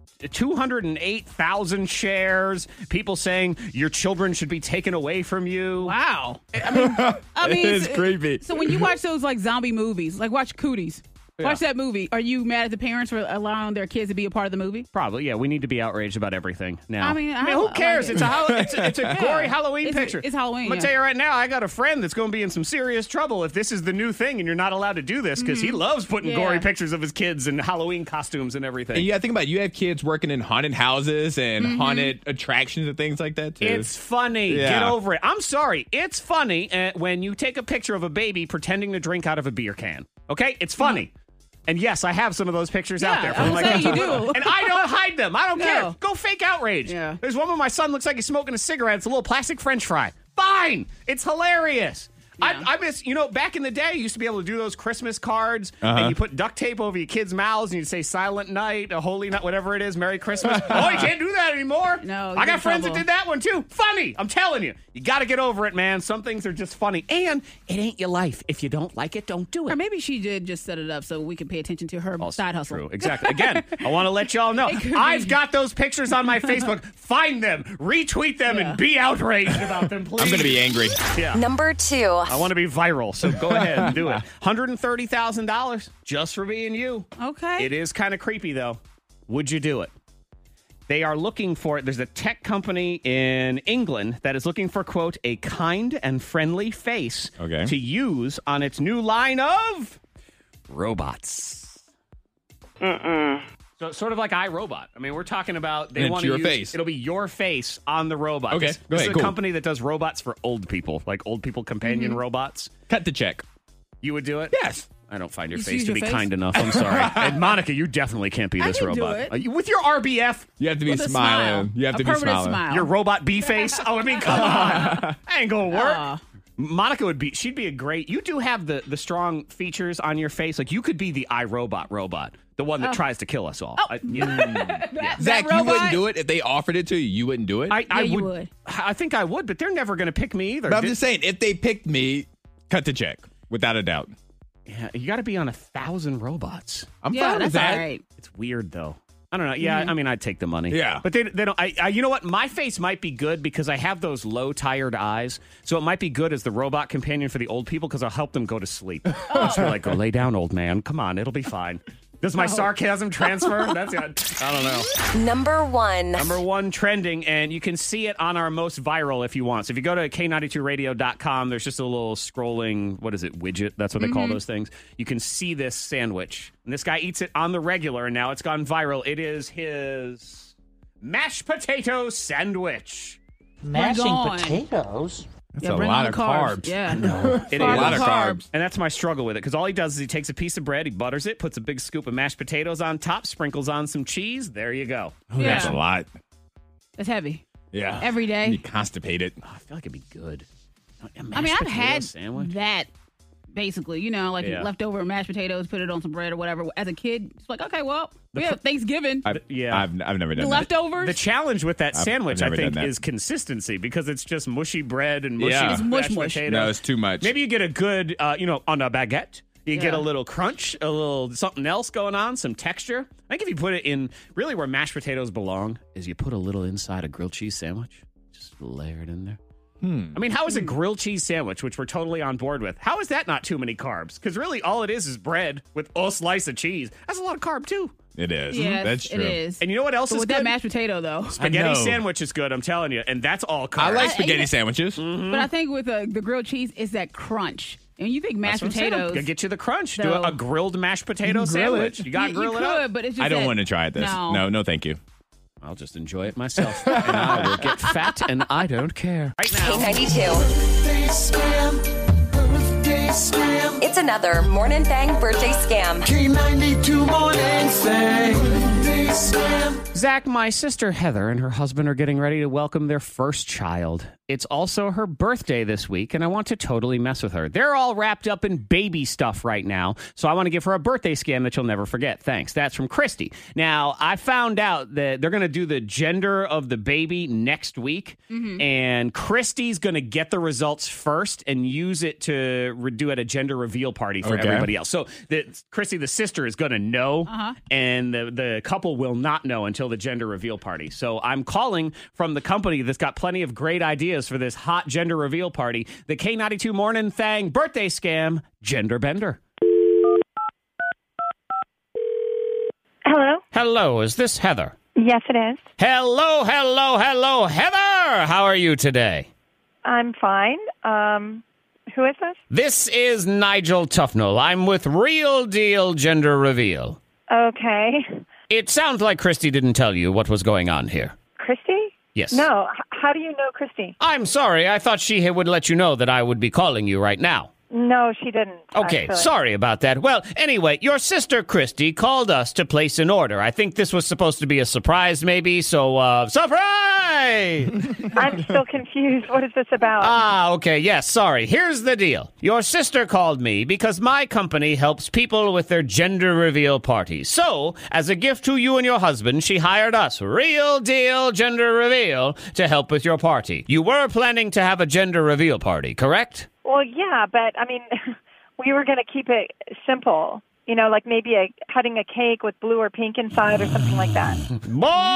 [SPEAKER 4] 208,000 shares. People saying your children should be taken away from you.
[SPEAKER 6] Wow.
[SPEAKER 5] (laughs)
[SPEAKER 6] I mean, I mean,
[SPEAKER 5] It is
[SPEAKER 6] so-
[SPEAKER 5] creepy.
[SPEAKER 6] So when you watch those like zombie movies, like watch Cooties, watch that movie. Are you mad at the parents for allowing their kids to be a part of the movie?
[SPEAKER 4] Probably, yeah. We need to be outraged about everything now.
[SPEAKER 6] I mean, I- I
[SPEAKER 4] who
[SPEAKER 6] like
[SPEAKER 4] cares?
[SPEAKER 6] it.
[SPEAKER 4] it's, a
[SPEAKER 6] (laughs)
[SPEAKER 4] hol- it's a it's a gory Halloween
[SPEAKER 6] It's-
[SPEAKER 4] picture.
[SPEAKER 6] it's Halloween,
[SPEAKER 4] I'm gonna
[SPEAKER 6] yeah.
[SPEAKER 4] tell you right now, I got a friend that's going to be in some serious trouble if this is the new thing and you're not allowed to do this because he loves putting
[SPEAKER 6] Mm-hmm. Yeah.
[SPEAKER 4] gory pictures of his kids in Halloween costumes and everything.
[SPEAKER 5] And you gotta think about it. You have kids working in haunted houses and
[SPEAKER 6] Mm-hmm.
[SPEAKER 5] haunted attractions and things like that too.
[SPEAKER 4] It's funny.
[SPEAKER 5] Yeah.
[SPEAKER 4] Get over it. I'm sorry. It's funny uh, when you take a picture of a baby pretending to drink out of a beer can. Okay? It's funny. And yes, I have some of those pictures out
[SPEAKER 6] Mm-hmm. Yeah,
[SPEAKER 4] there.
[SPEAKER 6] I was saying
[SPEAKER 4] that's
[SPEAKER 6] you
[SPEAKER 4] a-
[SPEAKER 6] do.
[SPEAKER 4] And I don't hide them. I don't
[SPEAKER 6] No.
[SPEAKER 4] care. Go fake outrage.
[SPEAKER 6] Yeah.
[SPEAKER 4] There's one where my son looks like he's smoking a cigarette. It's a little plastic french fry. Fine. It's hilarious. I, I miss, you know, back in the day, you used to be able to do those Christmas cards
[SPEAKER 6] Uh-huh.
[SPEAKER 4] and you put duct tape over your kids' mouths and you'd say Silent Night, a Holy Night, whatever it is, Merry Christmas.
[SPEAKER 6] (laughs)
[SPEAKER 4] oh, you can't do that anymore.
[SPEAKER 6] No,
[SPEAKER 4] I
[SPEAKER 6] you're in
[SPEAKER 4] got friends that
[SPEAKER 6] trouble.
[SPEAKER 4] did that one too. Funny. I'm telling you. You got to get over it, man. Some things are just funny. And it ain't your life. If you don't like it, don't do
[SPEAKER 6] Or
[SPEAKER 4] it.
[SPEAKER 6] maybe she did just set it up so we could pay attention to her
[SPEAKER 4] Also
[SPEAKER 6] side hustle.
[SPEAKER 4] True. Exactly. Again, I want to let y'all
[SPEAKER 6] (laughs)
[SPEAKER 4] know
[SPEAKER 6] could
[SPEAKER 4] I've
[SPEAKER 6] be.
[SPEAKER 4] got those pictures on my
[SPEAKER 6] (laughs)
[SPEAKER 4] Facebook. Find them, retweet them,
[SPEAKER 6] Yeah.
[SPEAKER 4] and be outraged about
[SPEAKER 6] (laughs)
[SPEAKER 4] them, please.
[SPEAKER 5] I'm gonna be angry.
[SPEAKER 2] Number two.
[SPEAKER 4] I want to be viral, so go ahead and
[SPEAKER 6] (laughs)
[SPEAKER 4] do it. $130,000 just for being you.
[SPEAKER 6] Okay.
[SPEAKER 4] It is kind of creepy, though. Would you do it? They are looking for There's a tech company in England that is looking for, quote, a kind and friendly face
[SPEAKER 5] Okay.
[SPEAKER 4] to use on its new line of robots. So it's sort of like iRobot. I mean, we're talking about they
[SPEAKER 5] And it's
[SPEAKER 4] want to
[SPEAKER 5] your
[SPEAKER 4] use
[SPEAKER 5] face.
[SPEAKER 4] it'll be your face on the robot.
[SPEAKER 5] Okay,
[SPEAKER 4] this,
[SPEAKER 5] go
[SPEAKER 4] this
[SPEAKER 5] ahead,
[SPEAKER 4] is a
[SPEAKER 5] cool.
[SPEAKER 4] company that does robots for old people, like old people companion robots.
[SPEAKER 5] Cut the check.
[SPEAKER 4] You would do it?
[SPEAKER 5] Yes.
[SPEAKER 4] I don't find your
[SPEAKER 6] You
[SPEAKER 4] face
[SPEAKER 6] use
[SPEAKER 4] to
[SPEAKER 6] your
[SPEAKER 4] be
[SPEAKER 6] face?
[SPEAKER 4] kind enough.
[SPEAKER 5] (laughs)
[SPEAKER 4] I'm sorry. and Monica, you definitely can't be
[SPEAKER 6] I
[SPEAKER 4] this
[SPEAKER 6] can do
[SPEAKER 4] robot.
[SPEAKER 6] it.
[SPEAKER 4] Are you- with your RBF,
[SPEAKER 5] You have to be
[SPEAKER 6] With a
[SPEAKER 5] smiling.
[SPEAKER 6] smile.
[SPEAKER 5] You have to
[SPEAKER 6] a
[SPEAKER 5] be
[SPEAKER 6] permanent
[SPEAKER 5] smiling.
[SPEAKER 6] smile.
[SPEAKER 4] your robot B face. Oh, I mean,
[SPEAKER 6] (laughs)
[SPEAKER 4] come on. That ain't gonna work.
[SPEAKER 6] Aw.
[SPEAKER 4] Monica would be she'd be a great you do have the the strong features on your face. Like you could be the iRobot robot, the one
[SPEAKER 6] Oh.
[SPEAKER 4] that tries to kill us all.
[SPEAKER 6] (laughs)
[SPEAKER 4] I, yeah.
[SPEAKER 6] That- that
[SPEAKER 5] Zach, you
[SPEAKER 6] robot-
[SPEAKER 5] wouldn't do it if they offered it to you. You wouldn't do it.
[SPEAKER 4] I, I
[SPEAKER 6] Yeah, you
[SPEAKER 4] would,
[SPEAKER 6] would.
[SPEAKER 4] I think I would, but they're never gonna pick me either.
[SPEAKER 5] but I'm
[SPEAKER 4] Th-
[SPEAKER 5] just saying, if they picked me, cut the check without a doubt.
[SPEAKER 4] yeah, you gotta be on a thousand robots.
[SPEAKER 5] I'm
[SPEAKER 6] Yeah,
[SPEAKER 5] fine with
[SPEAKER 6] that's
[SPEAKER 5] that.
[SPEAKER 6] all right.
[SPEAKER 4] It's weird though. I don't know. Yeah, I mean, I'd take the money.
[SPEAKER 5] Yeah.
[SPEAKER 4] but they, they don't. I, I, you know what? My face might be good because I have those low, tired eyes, so it might be good as the robot companion for the old people because I'll help them go to sleep. Just be like, go lay down, old man. Come on, it'll be fine. Does my sarcasm transfer? That's it. I don't know.
[SPEAKER 2] Number one.
[SPEAKER 4] Number one trending, and you can see it on our most viral if you want. So if you go to k92radio.com, there's just a little scrolling, what is it, widget? That's what they
[SPEAKER 6] Mm-hmm.
[SPEAKER 4] call those things. You can see this sandwich. And this guy eats it on the regular, and now it's gone viral. It is his mashed potato sandwich.
[SPEAKER 6] Mashing
[SPEAKER 9] potatoes.
[SPEAKER 5] That's
[SPEAKER 6] Yeah,
[SPEAKER 5] a
[SPEAKER 6] bring
[SPEAKER 5] lot
[SPEAKER 6] on
[SPEAKER 5] of
[SPEAKER 6] the carbs.
[SPEAKER 5] carbs.
[SPEAKER 6] Yeah.
[SPEAKER 4] It
[SPEAKER 5] A
[SPEAKER 6] Carbs,
[SPEAKER 5] lot of
[SPEAKER 6] carbs.
[SPEAKER 5] carbs.
[SPEAKER 4] And that's my struggle with it because all he does is he takes a piece of bread, he butters it, puts a big scoop of mashed potatoes on top, sprinkles on some cheese. There you go.
[SPEAKER 5] Oh, That's
[SPEAKER 6] Yeah.
[SPEAKER 5] a lot.
[SPEAKER 6] It's heavy.
[SPEAKER 5] Yeah.
[SPEAKER 6] Every day.
[SPEAKER 5] You constipated.
[SPEAKER 4] Oh, I feel like it'd be good.
[SPEAKER 6] I mean, I've had
[SPEAKER 4] sandwich.
[SPEAKER 6] that basically, you know, like
[SPEAKER 4] Yeah.
[SPEAKER 6] leftover mashed potatoes, put it on some bread or whatever. As a kid, it's like, okay, well, we have Thanksgiving.
[SPEAKER 5] I've,
[SPEAKER 4] yeah.
[SPEAKER 5] I've, I've never
[SPEAKER 6] the
[SPEAKER 5] done that.
[SPEAKER 6] leftovers.
[SPEAKER 4] The challenge with that
[SPEAKER 5] I've
[SPEAKER 4] sandwich, I
[SPEAKER 5] never
[SPEAKER 4] think,
[SPEAKER 5] done that.
[SPEAKER 4] is consistency because it's just mushy bread and mushy
[SPEAKER 5] Yeah. It's
[SPEAKER 6] mush
[SPEAKER 4] mashed
[SPEAKER 6] mush.
[SPEAKER 4] potatoes.
[SPEAKER 5] No, it's too much.
[SPEAKER 4] Maybe you get a good, uh, you know, on a baguette. You get
[SPEAKER 6] Yeah.
[SPEAKER 4] a little crunch, a little something else going on, some texture. I think if you put it in, really where mashed potatoes belong is you put a little inside a grilled cheese sandwich, just layer it in there.
[SPEAKER 5] Hmm.
[SPEAKER 4] I mean, how is
[SPEAKER 6] Hmm.
[SPEAKER 4] a grilled cheese sandwich, which we're totally on board with, how is that not too many carbs? Because really, all it is is bread with a slice of cheese. That's a lot of carb too.
[SPEAKER 5] It is. Mm-hmm.
[SPEAKER 6] yes,
[SPEAKER 5] That's true.
[SPEAKER 6] it is.
[SPEAKER 4] Mhm. And you know what else
[SPEAKER 6] but
[SPEAKER 4] is
[SPEAKER 6] with
[SPEAKER 4] good? Mm-hmm.
[SPEAKER 6] that mashed potato, though.
[SPEAKER 4] Spaghetti
[SPEAKER 5] know.
[SPEAKER 4] sandwich is good, I'm telling you, and that's all
[SPEAKER 5] I
[SPEAKER 4] carbs.
[SPEAKER 5] like
[SPEAKER 6] I-
[SPEAKER 5] spaghetti
[SPEAKER 6] I-
[SPEAKER 5] sandwiches.
[SPEAKER 4] Mm-hmm.
[SPEAKER 6] But I think with uh, the grilled cheese, is that crunch. And you think mashed
[SPEAKER 4] That's what I'm saying.
[SPEAKER 6] potatoes.
[SPEAKER 4] Gonna Get you the crunch. Do
[SPEAKER 6] So-
[SPEAKER 4] a, a grilled mashed potato
[SPEAKER 5] You can grill
[SPEAKER 4] sandwich.
[SPEAKER 5] it.
[SPEAKER 4] You got to
[SPEAKER 6] you,
[SPEAKER 4] grill
[SPEAKER 6] you
[SPEAKER 4] it up.
[SPEAKER 6] could, but it's just
[SPEAKER 5] I don't
[SPEAKER 6] that-
[SPEAKER 5] want to try this.
[SPEAKER 6] No.
[SPEAKER 5] no, no thank you.
[SPEAKER 4] I'll just enjoy it myself, and I
[SPEAKER 5] (laughs)
[SPEAKER 4] will get fat, and I don't care. Right now,
[SPEAKER 2] K92. It's another Morning Thang birthday scam.
[SPEAKER 9] K92 morning
[SPEAKER 4] Zach, my sister Heather and her husband are getting ready to welcome their first child. It's also her birthday this week, and I want to totally mess with her. They're all wrapped up in baby stuff right now, so I want to give her a birthday scam that she'll never forget. Thanks. That's from Christy. Now, I found out that they're going to do the gender of the baby next week, and Christy's going to get the results first and use it to re- do at a gender reveal party for
[SPEAKER 5] Okay.
[SPEAKER 4] everybody else. So, the, Christy, the sister, is going to know and the, the couple will not know until the gender reveal party. So I'm calling from the company that's got plenty of great ideas for this hot gender reveal party, the K92 Morning Thang birthday scam, Gender Bender.
[SPEAKER 10] Hello?
[SPEAKER 4] Hello, is this Heather?
[SPEAKER 10] Yes, it is.
[SPEAKER 4] Hello, hello, hello, Heather! How are you today?
[SPEAKER 10] I'm fine. Um, who is this?
[SPEAKER 4] This is Nigel Tufnell. I'm with Real Deal Gender Reveal.
[SPEAKER 10] Okay.
[SPEAKER 4] It sounds like Christy didn't tell you what was going on here.
[SPEAKER 10] Christy?
[SPEAKER 4] Yes.
[SPEAKER 10] No. H- how do you know Christy?
[SPEAKER 4] I'm sorry. I thought she would let you know that I would be calling you right now.
[SPEAKER 10] No, she didn't.
[SPEAKER 4] Okay,
[SPEAKER 10] actually.
[SPEAKER 4] sorry about that. Well, anyway, your sister Christy called us to place an order. I think this was supposed to be a surprise, maybe. So, uh, surprise!
[SPEAKER 10] (laughs) I'm still confused. What is this about?
[SPEAKER 4] ah, okay, yes, sorry. Here's the deal. Your sister called me because my company helps people with their gender reveal parties. So, as a gift to you and your husband, she hired us, Real Deal Gender Reveal, to help with your party. You were planning to have a gender reveal party, correct?
[SPEAKER 10] well, yeah, but I mean, (laughs) we were going to keep it simple. You know, like maybe a, cutting a cake with blue or pink inside or something
[SPEAKER 4] (laughs)
[SPEAKER 10] like that.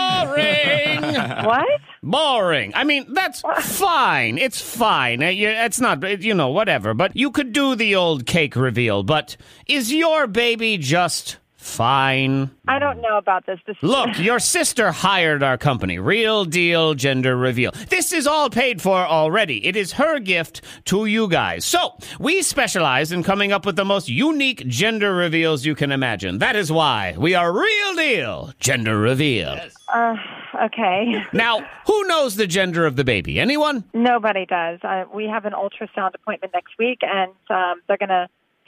[SPEAKER 4] Boring!
[SPEAKER 10] what?
[SPEAKER 4] Boring. I mean, that's fine. It's fine. Uh, you- It's not, uh, you know, whatever. But you could do the old cake reveal. But is your baby just fine?
[SPEAKER 10] I don't know about this. This
[SPEAKER 4] Look, your sister hired our company, Real Deal Gender Reveal. This is all paid for already. It is her gift to you guys. So, we specialize in coming up with the most unique gender reveals you can imagine. That is why we are Real Deal Gender Reveal.
[SPEAKER 10] Uh, okay.
[SPEAKER 4] Now, who knows the gender of the baby? Anyone?
[SPEAKER 10] Nobody does. Uh, we have an ultrasound appointment next week, and um, they're going to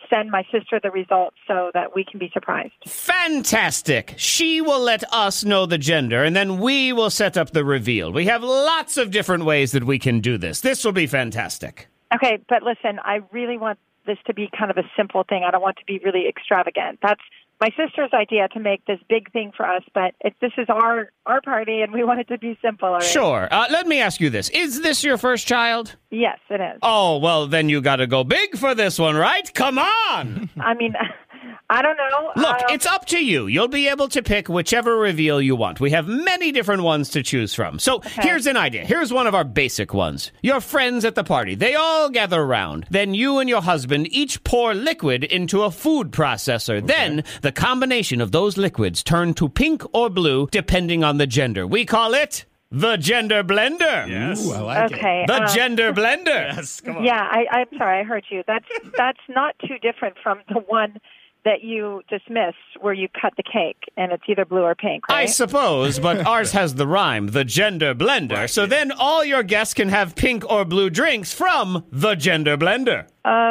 [SPEAKER 10] send my sister the results so that we can be surprised.
[SPEAKER 4] Fantastic. She will let us know the gender, and then we will set up the reveal. We have lots of different ways that we can do this. This will be fantastic.
[SPEAKER 10] Okay, but listen, I really want this to be kind of a simple thing. I don't want to be really extravagant. That's my sister's idea to make this big thing for us, but it, this is our our party, and we want it to be simple. all right?
[SPEAKER 4] Sure. Uh, let me ask you this Is this your first child?
[SPEAKER 10] Yes, it is.
[SPEAKER 4] Uh, Oh, well, then you gotta go big for this one, right? Come on!
[SPEAKER 10] I mean, (laughs) I don't know.
[SPEAKER 4] Look,
[SPEAKER 10] Um,
[SPEAKER 4] it's up to you. You'll be able to pick whichever reveal you want. We have many different ones to choose from. So here's an idea. Here's one of our basic ones. Your friends at the party, they all gather around. Then you and your husband each pour liquid into a food processor. Then the combination of those liquids turn to pink or blue depending on the gender. We call it the gender blender. Yes.
[SPEAKER 5] Ooh, I like
[SPEAKER 10] okay.
[SPEAKER 4] The
[SPEAKER 10] um,
[SPEAKER 4] gender blender. (laughs) Yes, come
[SPEAKER 10] Yeah, I, I'm sorry, I heard you. That's that's not too different from the one that you dismissed, where you cut the cake and it's either blue or pink.
[SPEAKER 4] I
[SPEAKER 10] Right?
[SPEAKER 4] suppose, but
[SPEAKER 5] (laughs)
[SPEAKER 4] ours has the rhyme, the gender blender. so then all your guests can have pink or blue drinks from the gender blender.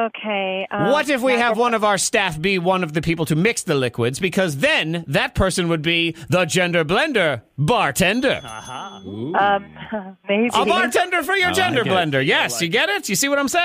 [SPEAKER 10] okay.
[SPEAKER 5] Uh,
[SPEAKER 10] Um,
[SPEAKER 4] what if we
[SPEAKER 10] now
[SPEAKER 4] have
[SPEAKER 10] that-
[SPEAKER 4] one of our staff be one of the people to mix the liquids? Because then that person would be the gender blender bartender.
[SPEAKER 5] Uh-huh.
[SPEAKER 10] Um, (laughs) maybe.
[SPEAKER 4] A bartender
[SPEAKER 5] (laughs)
[SPEAKER 4] for your gender
[SPEAKER 5] like it. Uh-huh.
[SPEAKER 4] blender. Yes, you get it? You see what I'm saying?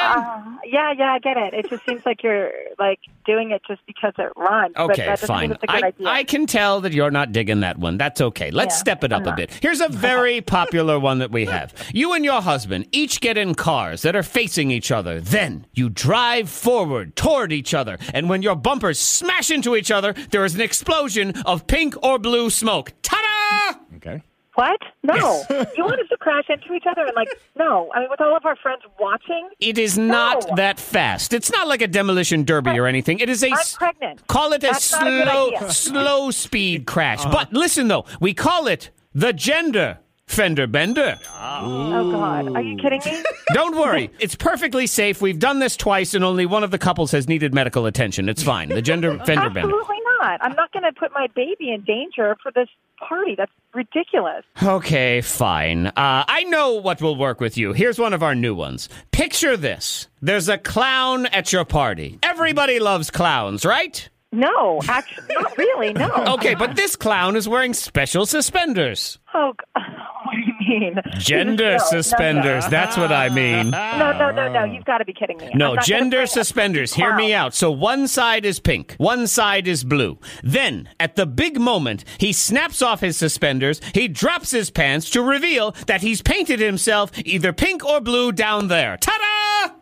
[SPEAKER 10] Yeah, yeah, I get it. It just seems like you're like doing it just because it rhymes. but that
[SPEAKER 4] Okay,
[SPEAKER 10] doesn't
[SPEAKER 4] fine.
[SPEAKER 10] Seem it's a good
[SPEAKER 4] I,
[SPEAKER 10] idea.
[SPEAKER 4] I can tell that you're not digging that one. That's okay. Let's
[SPEAKER 10] Yeah,
[SPEAKER 4] step it up
[SPEAKER 10] I'm
[SPEAKER 4] a
[SPEAKER 10] not.
[SPEAKER 4] bit. Here's a very
[SPEAKER 10] (laughs)
[SPEAKER 4] popular one that we have. You and your husband each get in cars that are facing each other. Then you drive forward toward each other. And when your bumpers smash into each other, there is an explosion of pink or blue smoke. Ta da!
[SPEAKER 5] Okay.
[SPEAKER 10] What? No. (laughs) you want us to crash into each other and like? No. I mean, with all of our friends watching,
[SPEAKER 4] It is not
[SPEAKER 10] No.
[SPEAKER 4] that fast. It's not like a demolition derby or anything. It is a.
[SPEAKER 10] I'm
[SPEAKER 4] s-
[SPEAKER 10] pregnant.
[SPEAKER 4] Call it a
[SPEAKER 10] That's not a good
[SPEAKER 4] slow,
[SPEAKER 10] idea.
[SPEAKER 4] slow speed crash. But listen though, we call it the gender fender bender.
[SPEAKER 10] Oh God, are you kidding me?
[SPEAKER 4] Don't worry, it's perfectly safe. We've done this twice, and only one of the couples has needed medical attention. It's fine. The
[SPEAKER 10] (laughs)
[SPEAKER 4] gender fender bender.
[SPEAKER 10] Absolutely not. I'm not going to put my baby in danger for this party. That's ridiculous.
[SPEAKER 4] Okay, fine. Uh, I know what will work with you. Here's one of our new ones. Picture this: there's a clown at your party. Everybody loves clowns, right?
[SPEAKER 10] No, actually, not really.
[SPEAKER 4] (laughs)
[SPEAKER 10] No.
[SPEAKER 4] Okay, but this clown is wearing special suspenders.
[SPEAKER 10] Oh, g- (laughs) what do you mean?
[SPEAKER 4] Gender
[SPEAKER 10] No, no, no.
[SPEAKER 4] suspenders. That's what I mean.
[SPEAKER 10] No, no, no, no. You've got to be kidding me.
[SPEAKER 4] Ah. No,
[SPEAKER 10] I'm not gonna bring
[SPEAKER 4] gender
[SPEAKER 10] up
[SPEAKER 4] suspenders. Hear me
[SPEAKER 10] clown.
[SPEAKER 4] out. So one side is pink, one side is blue. Then, at the big moment, he snaps off his suspenders, he drops his pants to reveal that he's painted himself either pink or blue down there. Ta da!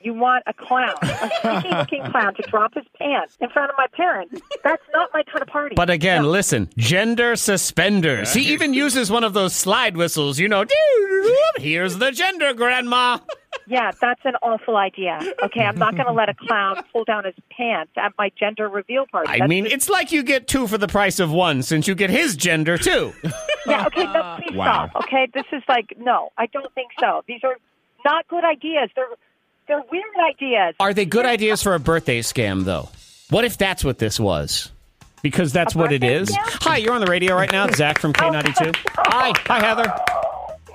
[SPEAKER 10] You want a clown, a sneaky looking clown, to drop his pants in front of my parents. That's not my kind of party.
[SPEAKER 4] But again, listen, gender suspenders. He even uses one of those slide whistles, you know. (laughs) Here's the gender grandma.
[SPEAKER 10] yeah, that's an awful idea. Okay, I'm not going to let a clown pull down his pants at my gender reveal party.
[SPEAKER 4] I
[SPEAKER 10] That's
[SPEAKER 4] mean,
[SPEAKER 10] just-
[SPEAKER 4] it's like you get two for the price of one since you get his gender too.
[SPEAKER 10] Yeah, okay, no, please
[SPEAKER 5] Wow.
[SPEAKER 10] stop. Okay, this is like no, I don't think so. These are not good ideas. They're they're weird ideas.
[SPEAKER 4] (laughs) Are they good ideas for a birthday scam, though? What if that's what this was? Because that's what it
[SPEAKER 10] birthday
[SPEAKER 4] is.
[SPEAKER 10] scam?
[SPEAKER 4] Hi, you're on the radio right now. It's Zach from K92. Hi. Hi, Heather.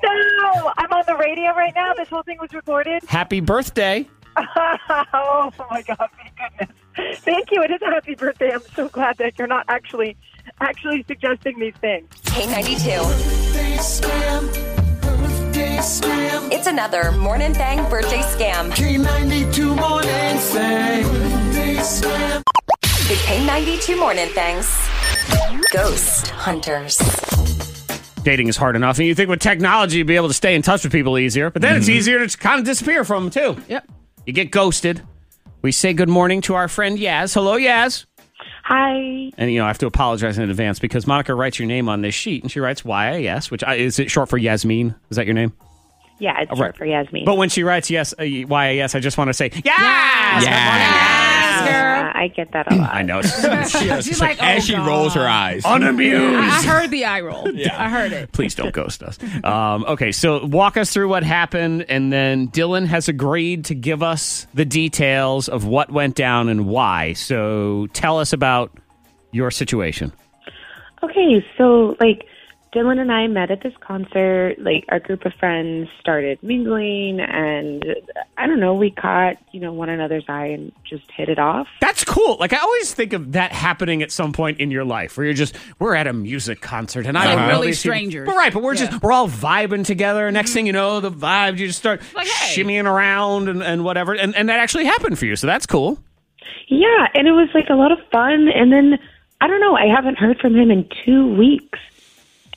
[SPEAKER 10] No, I'm on the radio right now. This whole thing was recorded. (laughs)
[SPEAKER 4] Happy birthday.
[SPEAKER 10] oh my god, thank goodness. Thank you. It is a happy birthday. I'm so glad that you're not actually actually suggesting these things.
[SPEAKER 2] K92.
[SPEAKER 9] Birthday scam. Birthday scam.
[SPEAKER 2] It's another Morning Thang birthday scam.
[SPEAKER 9] K92 morning thing. Birthday scam.
[SPEAKER 2] The K92 Morning Thangs. Ghost Hunters.
[SPEAKER 4] Dating is hard enough, and you think with technology you'd be able to stay in touch with people easier, but then it's easier to just kind of disappear from them, too.
[SPEAKER 6] Yep.
[SPEAKER 4] You get ghosted. We say good morning to our friend Yaz. Hello, Yaz.
[SPEAKER 11] Hi.
[SPEAKER 4] And, you know, I have to apologize in advance because Monica writes your name on this sheet, and she writes YAS, which I, is it short for Yasmin? Is that your name?
[SPEAKER 11] Yeah, it's
[SPEAKER 4] right.
[SPEAKER 11] short for Yasmin.
[SPEAKER 4] But when she writes yes, uh, yes, I just want to say yes. yes.
[SPEAKER 11] Yeah, Uh, I get that a lot.
[SPEAKER 4] I know. It's
[SPEAKER 6] She's like,
[SPEAKER 5] As
[SPEAKER 6] oh,
[SPEAKER 5] she
[SPEAKER 6] God.
[SPEAKER 5] rolls her eyes.
[SPEAKER 4] (laughs)
[SPEAKER 6] I
[SPEAKER 4] unamused.
[SPEAKER 6] heard the
[SPEAKER 4] (laughs)
[SPEAKER 6] eye roll.
[SPEAKER 5] Yeah.
[SPEAKER 6] I heard it.
[SPEAKER 4] Please don't ghost us. Um, okay, so walk us through what happened, and then Dylan has agreed to give us the details of what went down and why. So tell us about your situation.
[SPEAKER 11] Okay, so like Dylan and I met at this concert. Like our group of friends started mingling, and I don't know, we caught you know one another's eye and just hit it off.
[SPEAKER 4] That's cool. Like I always think of that happening at some point in your life where you're just we're at a music concert and I don't
[SPEAKER 11] Uh-huh.
[SPEAKER 6] Like
[SPEAKER 4] know
[SPEAKER 6] really
[SPEAKER 4] these people.
[SPEAKER 6] strangers.
[SPEAKER 4] But right, but we're
[SPEAKER 6] Yeah.
[SPEAKER 4] just we're all vibing together. Next
[SPEAKER 11] Mm-hmm.
[SPEAKER 4] thing you know, the vibes you just start
[SPEAKER 6] Like, hey.
[SPEAKER 4] shimmying around and, and whatever. And and that actually happened for you, so that's cool.
[SPEAKER 11] Yeah, and it was like a lot of fun. And then I don't know, I haven't heard from him in two weeks,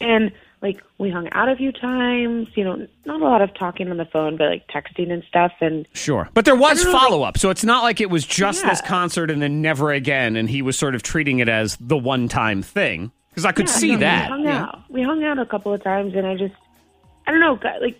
[SPEAKER 11] and like we hung out a few times. You know, not a lot of talking on the phone, but like texting and stuff. And
[SPEAKER 4] Sure. But there was
[SPEAKER 11] I don't know, like-
[SPEAKER 4] follow up. So it's not like it was just
[SPEAKER 11] Yeah.
[SPEAKER 4] this concert and then never again. And he was sort of treating it as the one time thing. Because I could
[SPEAKER 11] Yeah,
[SPEAKER 4] see
[SPEAKER 11] no,
[SPEAKER 4] that.
[SPEAKER 11] We hung out. We hung out a couple of times, and I just, I don't know, got- like,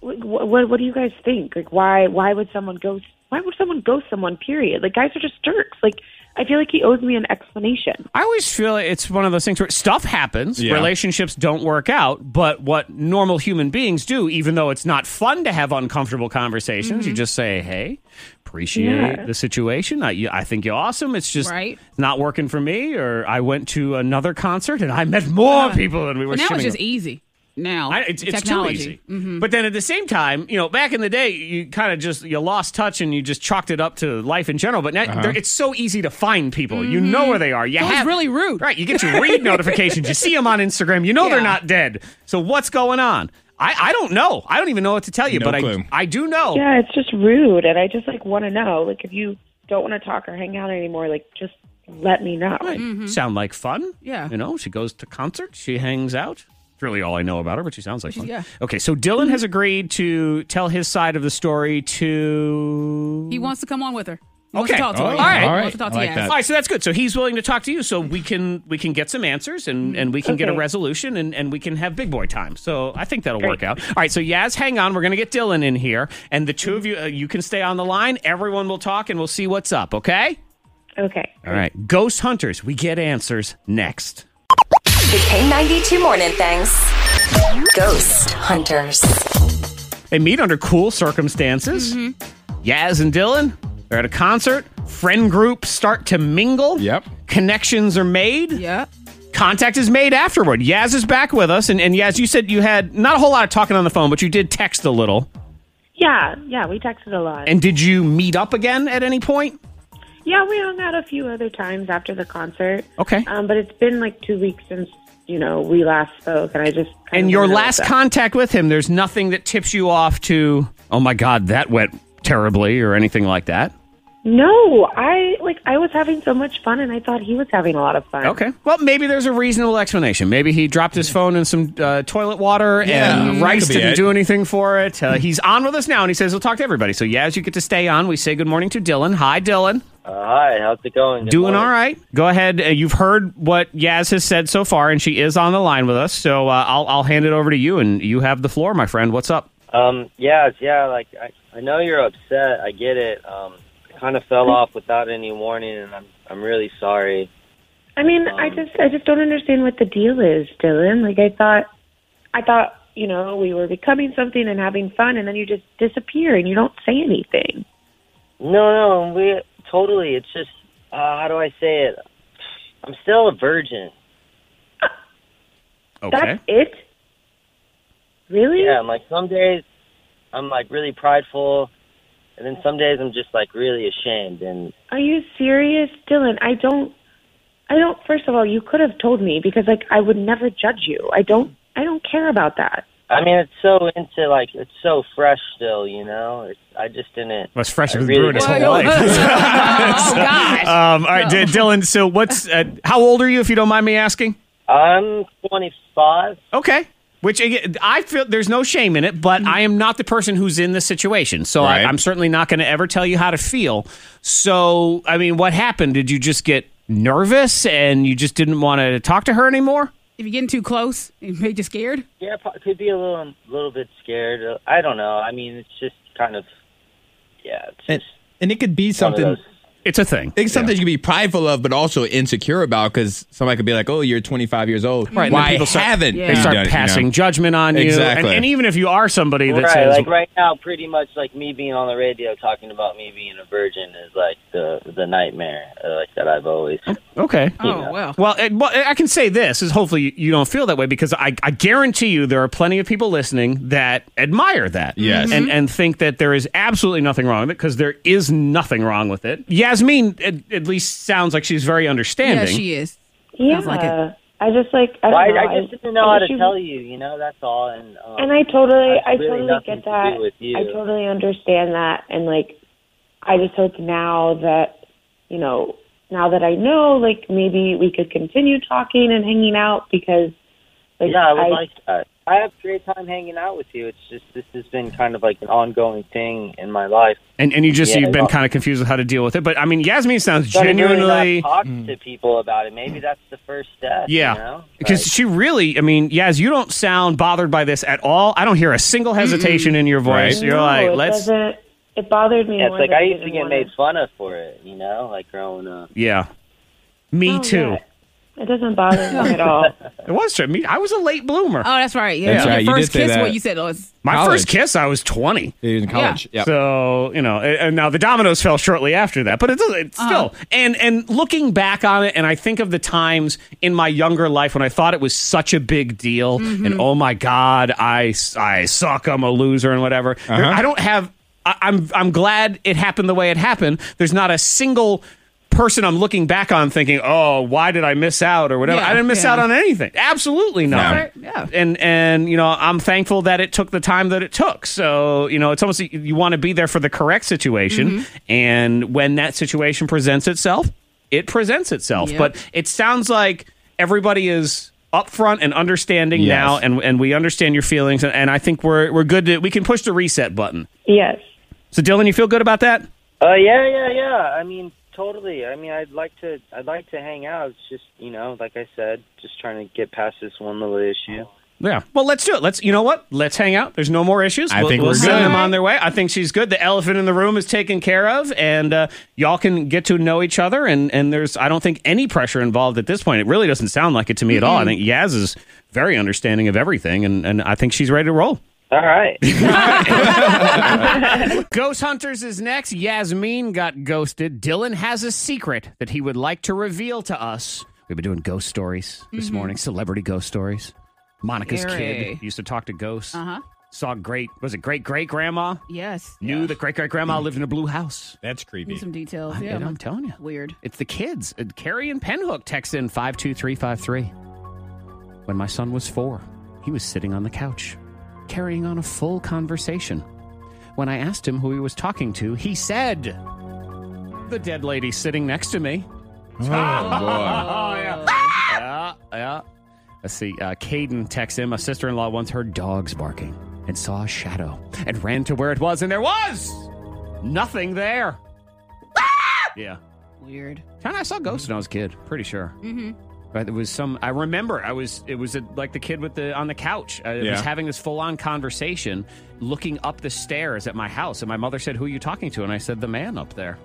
[SPEAKER 11] what, what, what do you guys think? Like, why, why would someone ghost? Why would someone ghost someone? Period. Like, guys are just jerks. Like, I feel like he owes me an explanation.
[SPEAKER 4] I always feel like it's one of those things where stuff happens,
[SPEAKER 5] Yeah.
[SPEAKER 4] relationships don't work out, but what normal human beings do, even though it's not fun to have uncomfortable conversations,
[SPEAKER 6] Mm-hmm.
[SPEAKER 4] you just say, "Hey, appreciate
[SPEAKER 11] Yeah.
[SPEAKER 4] the situation. I, you- I think you're awesome. It's just
[SPEAKER 6] Right.
[SPEAKER 4] not working for me." Or I went to another concert and I met more
[SPEAKER 6] Yeah.
[SPEAKER 4] people than we were.
[SPEAKER 6] But now
[SPEAKER 4] shimming
[SPEAKER 6] it's just
[SPEAKER 4] with."
[SPEAKER 6] easy. Now
[SPEAKER 4] I, it's, it's too
[SPEAKER 6] technology. Mm-hmm.
[SPEAKER 4] easy. But then at the same time, you know, back in the day, you kind of just you lost touch and you just chalked it up to life in general. But now
[SPEAKER 5] Uh-huh.
[SPEAKER 4] there- it's so easy to find people. You know where they are. You
[SPEAKER 6] So it's
[SPEAKER 4] have
[SPEAKER 6] Mm-hmm. really rude.
[SPEAKER 4] right. You get your
[SPEAKER 6] (laughs)
[SPEAKER 4] read notifications. You see them on Instagram. You know they're
[SPEAKER 6] Yeah.
[SPEAKER 4] not dead. So what's going on? I, I don't know. I don't even know what to tell you.
[SPEAKER 5] No
[SPEAKER 4] but
[SPEAKER 5] clue.
[SPEAKER 4] I I do know.
[SPEAKER 11] Yeah, it's just rude, and I just like want to know. Like, if you don't want to talk or hang out anymore, like, just let me know.
[SPEAKER 4] Right. Sound like fun?
[SPEAKER 6] Mm-hmm. Yeah.
[SPEAKER 4] You know, she goes to concerts, she hangs out. It's really all I know about her, but she sounds like fun.
[SPEAKER 6] yeah. Mm-hmm.
[SPEAKER 4] Okay, so Dylan has agreed to tell his side of the story to.
[SPEAKER 6] He wants to come on with her. He wants
[SPEAKER 4] Okay.
[SPEAKER 6] to talk to
[SPEAKER 5] Oh, yeah.
[SPEAKER 6] her. Yeah.
[SPEAKER 5] All
[SPEAKER 6] He
[SPEAKER 5] right.
[SPEAKER 6] wants to talk to
[SPEAKER 5] I
[SPEAKER 6] you.
[SPEAKER 5] like
[SPEAKER 4] all right, so that's good. So he's willing to talk to you, so we can we can get some answers and, and we can get a
[SPEAKER 11] Okay.
[SPEAKER 4] resolution and, and we can have big boy time. So I think that'll work
[SPEAKER 11] Great.
[SPEAKER 4] out. All right, so Yaz, hang on. We're gonna get Dylan in here, and the two of you uh, you can stay on the line. Everyone will talk, and we'll see what's up. Okay.
[SPEAKER 11] Okay.
[SPEAKER 4] All right, ghost hunters. We get answers next.
[SPEAKER 2] The K92 Morning Things. Ghost Hunters.
[SPEAKER 4] They meet under cool circumstances.
[SPEAKER 11] Mm-hmm.
[SPEAKER 4] Yaz and Dylan, they're at a concert. Friend groups start to mingle.
[SPEAKER 5] Yep.
[SPEAKER 4] Connections are made.
[SPEAKER 6] Yeah.
[SPEAKER 4] Contact is made afterward. Yaz is back with us. And, and Yaz, you said you had not a whole lot of talking on the phone, but you did text a little.
[SPEAKER 11] Yeah, yeah, we texted a lot.
[SPEAKER 4] And did you meet up again at any point?
[SPEAKER 11] Yeah, we hung out a few other times after the concert.
[SPEAKER 4] Okay.
[SPEAKER 11] Um, but it's been like two weeks since you know we last spoke, and I just kind
[SPEAKER 4] and
[SPEAKER 11] of
[SPEAKER 4] your
[SPEAKER 11] wanna know
[SPEAKER 4] last
[SPEAKER 11] what's up.
[SPEAKER 4] contact with him, there's nothing that tips you off to, oh my God, that went terribly or anything like that.
[SPEAKER 11] No, I like I was having so much fun, and I thought he was having a lot of fun.
[SPEAKER 4] Okay. Well, maybe there's a reasonable explanation. Maybe he dropped his phone in some uh, toilet water
[SPEAKER 5] Yeah,
[SPEAKER 4] and
[SPEAKER 5] that
[SPEAKER 4] Rice
[SPEAKER 5] could be
[SPEAKER 4] didn't
[SPEAKER 5] it.
[SPEAKER 4] do anything for it. Uh, he's on with us now and he says he'll talk to everybody. So, yeah, as you get to stay on, we say good morning to Dylan. Hi, Dylan.
[SPEAKER 12] Uh, hi, how's it going? Good
[SPEAKER 4] Doing
[SPEAKER 12] morning.
[SPEAKER 4] all right. Go ahead. Uh, you've heard what Yaz has said so far, and she is on the line with us. So uh, I'll, I'll hand it over to you, and you have the floor, my friend. What's up?
[SPEAKER 12] Um, yeah, yeah. Like I, I know you're upset. I get it. Um, I kind of fell off without any warning, and I'm, I'm really sorry.
[SPEAKER 11] I mean, I just I just don't understand what the deal is, Dylan. Like I thought, I thought you know we were becoming something and having fun, and then you just disappear and you don't say anything.
[SPEAKER 12] No, no, we totally. It's just, uh, how do I say it? I'm still a virgin.
[SPEAKER 11] That's it. Really?
[SPEAKER 12] Yeah, I'm like some days I'm like really prideful, and then some days I'm just like really ashamed. And
[SPEAKER 11] Are you serious, Dylan? I don't. I don't. First of all, you could have told me because, like, I would never judge you. I don't. I don't care about that.
[SPEAKER 12] I mean, it's so into like it's so fresh still, you know. It's, I just didn't.
[SPEAKER 4] Well, it's fresh
[SPEAKER 12] I
[SPEAKER 4] as
[SPEAKER 12] really
[SPEAKER 4] brewing his
[SPEAKER 12] didn't.
[SPEAKER 4] whole (laughs)
[SPEAKER 6] (laughs)
[SPEAKER 4] life.
[SPEAKER 12] (laughs)
[SPEAKER 6] oh, gosh.
[SPEAKER 4] Um, all right, D- Dylan. So, what's uh, how old are you, if you don't mind me asking?
[SPEAKER 12] I'm 25.
[SPEAKER 4] Okay. Which again, I feel there's no shame in it, but I am not the person who's in the situation, so I,
[SPEAKER 5] Mm-hmm. Right.
[SPEAKER 4] I'm certainly not going to ever tell you how to feel. So, I mean, what happened? Did you just get nervous and you just didn't want to talk to her anymore?
[SPEAKER 6] If you're getting too close, it made you scared.
[SPEAKER 12] Yeah, po- could be a little, little bit scared. Uh, I don't know. I mean, it's just kind of, yeah. It's
[SPEAKER 5] And,
[SPEAKER 12] just
[SPEAKER 5] and it could be
[SPEAKER 12] one of
[SPEAKER 5] something.
[SPEAKER 12] those-
[SPEAKER 4] It's a thing.
[SPEAKER 5] It's something you can be prideful of, but also insecure about, because somebody could be like, "Oh, you're 25 years old.
[SPEAKER 4] Right, and then
[SPEAKER 5] Why
[SPEAKER 4] people start-
[SPEAKER 5] haven't
[SPEAKER 6] They
[SPEAKER 5] you
[SPEAKER 4] They start
[SPEAKER 5] done it, you know?
[SPEAKER 4] passing judgment on you, And-
[SPEAKER 5] Exactly.
[SPEAKER 4] and, even if you are somebody that
[SPEAKER 12] right,
[SPEAKER 4] says,
[SPEAKER 12] like right now, pretty much like me being on the radio talking about me being a virgin is like the the nightmare, uh, like that I've always.
[SPEAKER 4] "Okay,
[SPEAKER 6] Oh, well.
[SPEAKER 4] Well, it, well, I can say this is hopefully you- you don't feel that way because I, I guarantee you there are plenty of people listening that admire that.
[SPEAKER 5] Yes.
[SPEAKER 4] And,
[SPEAKER 6] Mm-hmm.
[SPEAKER 4] and think that there is absolutely nothing wrong with it because there is nothing wrong with it. Yasmin at, at least sounds like she's very
[SPEAKER 6] Yeah,
[SPEAKER 4] understanding.
[SPEAKER 6] she is.
[SPEAKER 11] Yeah.
[SPEAKER 6] like it.
[SPEAKER 11] I just like. I, don't
[SPEAKER 12] Well, I,
[SPEAKER 11] know.
[SPEAKER 12] I just didn't know how to
[SPEAKER 11] she-
[SPEAKER 12] tell you. You know, that's all. And um,
[SPEAKER 11] And I totally,
[SPEAKER 12] has
[SPEAKER 11] I
[SPEAKER 12] really
[SPEAKER 11] totally
[SPEAKER 12] nothing
[SPEAKER 11] get
[SPEAKER 12] to
[SPEAKER 11] that.
[SPEAKER 12] do with you.
[SPEAKER 11] I totally understand that, and like, I just hope now that you know, now that I know, like, maybe we could continue talking and hanging out because Like,
[SPEAKER 12] yeah, I would
[SPEAKER 11] I-
[SPEAKER 12] like that. I have a great time hanging out with you. It's just this has been kind of like an ongoing thing in my life.
[SPEAKER 4] And and you just
[SPEAKER 12] Yeah,
[SPEAKER 4] you've been
[SPEAKER 12] well-
[SPEAKER 4] kind of confused with how to deal with it. But I mean, Yasmin sounds
[SPEAKER 12] But I really not
[SPEAKER 4] genuinely. mm.
[SPEAKER 12] talked to people about it. Maybe that's the first step. you
[SPEAKER 4] Yeah,
[SPEAKER 12] know?
[SPEAKER 4] because she really, I mean, Yaz, you don't sound bothered by this at all. I don't hear a single hesitation in your voice. You're
[SPEAKER 11] No,
[SPEAKER 4] like,
[SPEAKER 11] it
[SPEAKER 4] let's,
[SPEAKER 11] doesn't- It bothered me.
[SPEAKER 12] Yeah, it's
[SPEAKER 11] more
[SPEAKER 12] like
[SPEAKER 11] that
[SPEAKER 12] I
[SPEAKER 11] he
[SPEAKER 12] used to
[SPEAKER 11] didn't
[SPEAKER 12] get
[SPEAKER 11] want
[SPEAKER 12] made fun of for it. You know, like growing up.
[SPEAKER 4] yeah, me
[SPEAKER 11] Oh,
[SPEAKER 4] too.
[SPEAKER 11] yeah. It doesn't bother me at all.
[SPEAKER 4] It was true. Me, I was a late bloomer.
[SPEAKER 6] Oh, that's right. Yeah,
[SPEAKER 4] That's
[SPEAKER 6] your
[SPEAKER 4] right, you did
[SPEAKER 6] first
[SPEAKER 4] say
[SPEAKER 6] kiss.
[SPEAKER 4] that.
[SPEAKER 6] What you said was
[SPEAKER 4] My
[SPEAKER 6] College.
[SPEAKER 4] first kiss, I was 20.
[SPEAKER 5] In
[SPEAKER 6] college, Yeah. yep.
[SPEAKER 4] So, you know, and, and now the dominoes fell shortly after that, but it doesn't, it's
[SPEAKER 6] Uh-huh.
[SPEAKER 4] still. And and looking back on it, and I think of the times in my younger life when I thought it was such a big deal
[SPEAKER 6] Mm-hmm.
[SPEAKER 4] and oh my God, I, s- I suck, I'm a loser and whatever. There-
[SPEAKER 5] Uh-huh.
[SPEAKER 4] I don't have, I, I'm, I'm glad it happened the way it happened. There's not a single person I'm looking back on thinking, oh, why did I miss out or whatever.
[SPEAKER 6] Yeah,
[SPEAKER 4] I didn't miss
[SPEAKER 6] yeah.
[SPEAKER 4] out on anything. Absolutely not
[SPEAKER 6] That's right, yeah.
[SPEAKER 4] and and you know i'm thankful that it took the time that it took so you know it's almost like you want to be there for the correct situation and when that situation presents itself it presents itself
[SPEAKER 6] Yep.
[SPEAKER 4] but it sounds like everybody is upfront and understanding
[SPEAKER 5] Yes.
[SPEAKER 4] now and and we understand your feelings and, and i think we're we're good to we can push the reset button
[SPEAKER 11] yes.
[SPEAKER 4] so dylan you feel good about that
[SPEAKER 12] Uh, yeah, yeah, yeah. I mean, totally. I mean, I'd like to. I'd like to hang out. It's just you know, like I said, just trying to get past this one little issue.
[SPEAKER 4] yeah. Well, let's do it. Let's. You know what? Let's hang out. There's no more issues.
[SPEAKER 5] I
[SPEAKER 4] we'll,
[SPEAKER 5] think
[SPEAKER 4] we'll
[SPEAKER 5] we're
[SPEAKER 4] send
[SPEAKER 5] good.
[SPEAKER 4] them on their way. I think she's good. The elephant in the room is taken care of, and uh, y'all can get to know each other. And and there's I don't think any pressure involved at this point. It really doesn't sound like it to me at all. I think Yaz is very understanding of everything, and and I think she's ready to roll.
[SPEAKER 12] All right.
[SPEAKER 4] Ghost Hunters is next. Yasmin got ghosted. Dylan has a secret that he would like to reveal to us. We've been doing ghost stories this morning, celebrity ghost stories. Monica's
[SPEAKER 6] Mm-hmm. Scary.
[SPEAKER 4] kid used to talk to ghosts.
[SPEAKER 6] Uh huh.
[SPEAKER 4] Saw great was it great great grandma?
[SPEAKER 6] Yes.
[SPEAKER 4] Knew that great great grandma lived in a blue house.
[SPEAKER 5] That's creepy.
[SPEAKER 6] Need some details.
[SPEAKER 4] I-
[SPEAKER 6] Mm. yeah.
[SPEAKER 4] and I'm telling you,
[SPEAKER 6] Weird.
[SPEAKER 4] it's the kids. Uh, Carrie and Penhook text in five two three five three. When my son was four, he was sitting on the couch, carrying on a full conversation. When I asked him who he was talking to, he said, "The dead lady sitting next to me."
[SPEAKER 5] Oh,
[SPEAKER 4] Oh yeah. yeah, yeah. Let's see. Uh, Caden texts in. My sister in law once heard dogs barking and saw a shadow and ran to where it was, and there was nothing there. yeah.
[SPEAKER 6] Weird.
[SPEAKER 4] Kind of, I saw ghosts when I was a kid. Pretty sure. Mm-hmm. But it was some. I remember. I was. It was a, like the kid with the on the couch. I
[SPEAKER 5] Yeah.
[SPEAKER 4] was having this full on conversation, looking up the stairs at my house, and my mother said, "Who are you talking to?" And I said, "The man up there."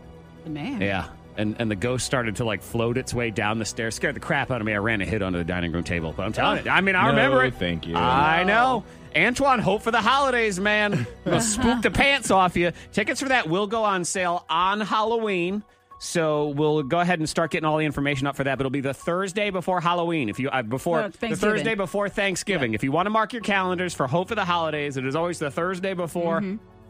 [SPEAKER 6] The man.
[SPEAKER 4] Yeah. And and the ghost started to like float its way down the stairs. Scared the crap out of me. I ran and hid under the dining room table. But I'm telling you, I mean, I
[SPEAKER 5] No,
[SPEAKER 4] remember it.
[SPEAKER 5] thank you.
[SPEAKER 4] I know. Antoine, hope for the holidays,
[SPEAKER 6] (laughs)
[SPEAKER 4] man. Gonna spook the pants off you. Tickets for that will go on sale on Halloween. So we'll go ahead and start getting all the information up for that. But it'll be the Thursday before Halloween. If you uh, before
[SPEAKER 6] No,
[SPEAKER 4] the
[SPEAKER 6] Thanksgiving.
[SPEAKER 4] Thursday before Thanksgiving. If you want to mark your calendars for hope for the holidays, it is always the Thursday before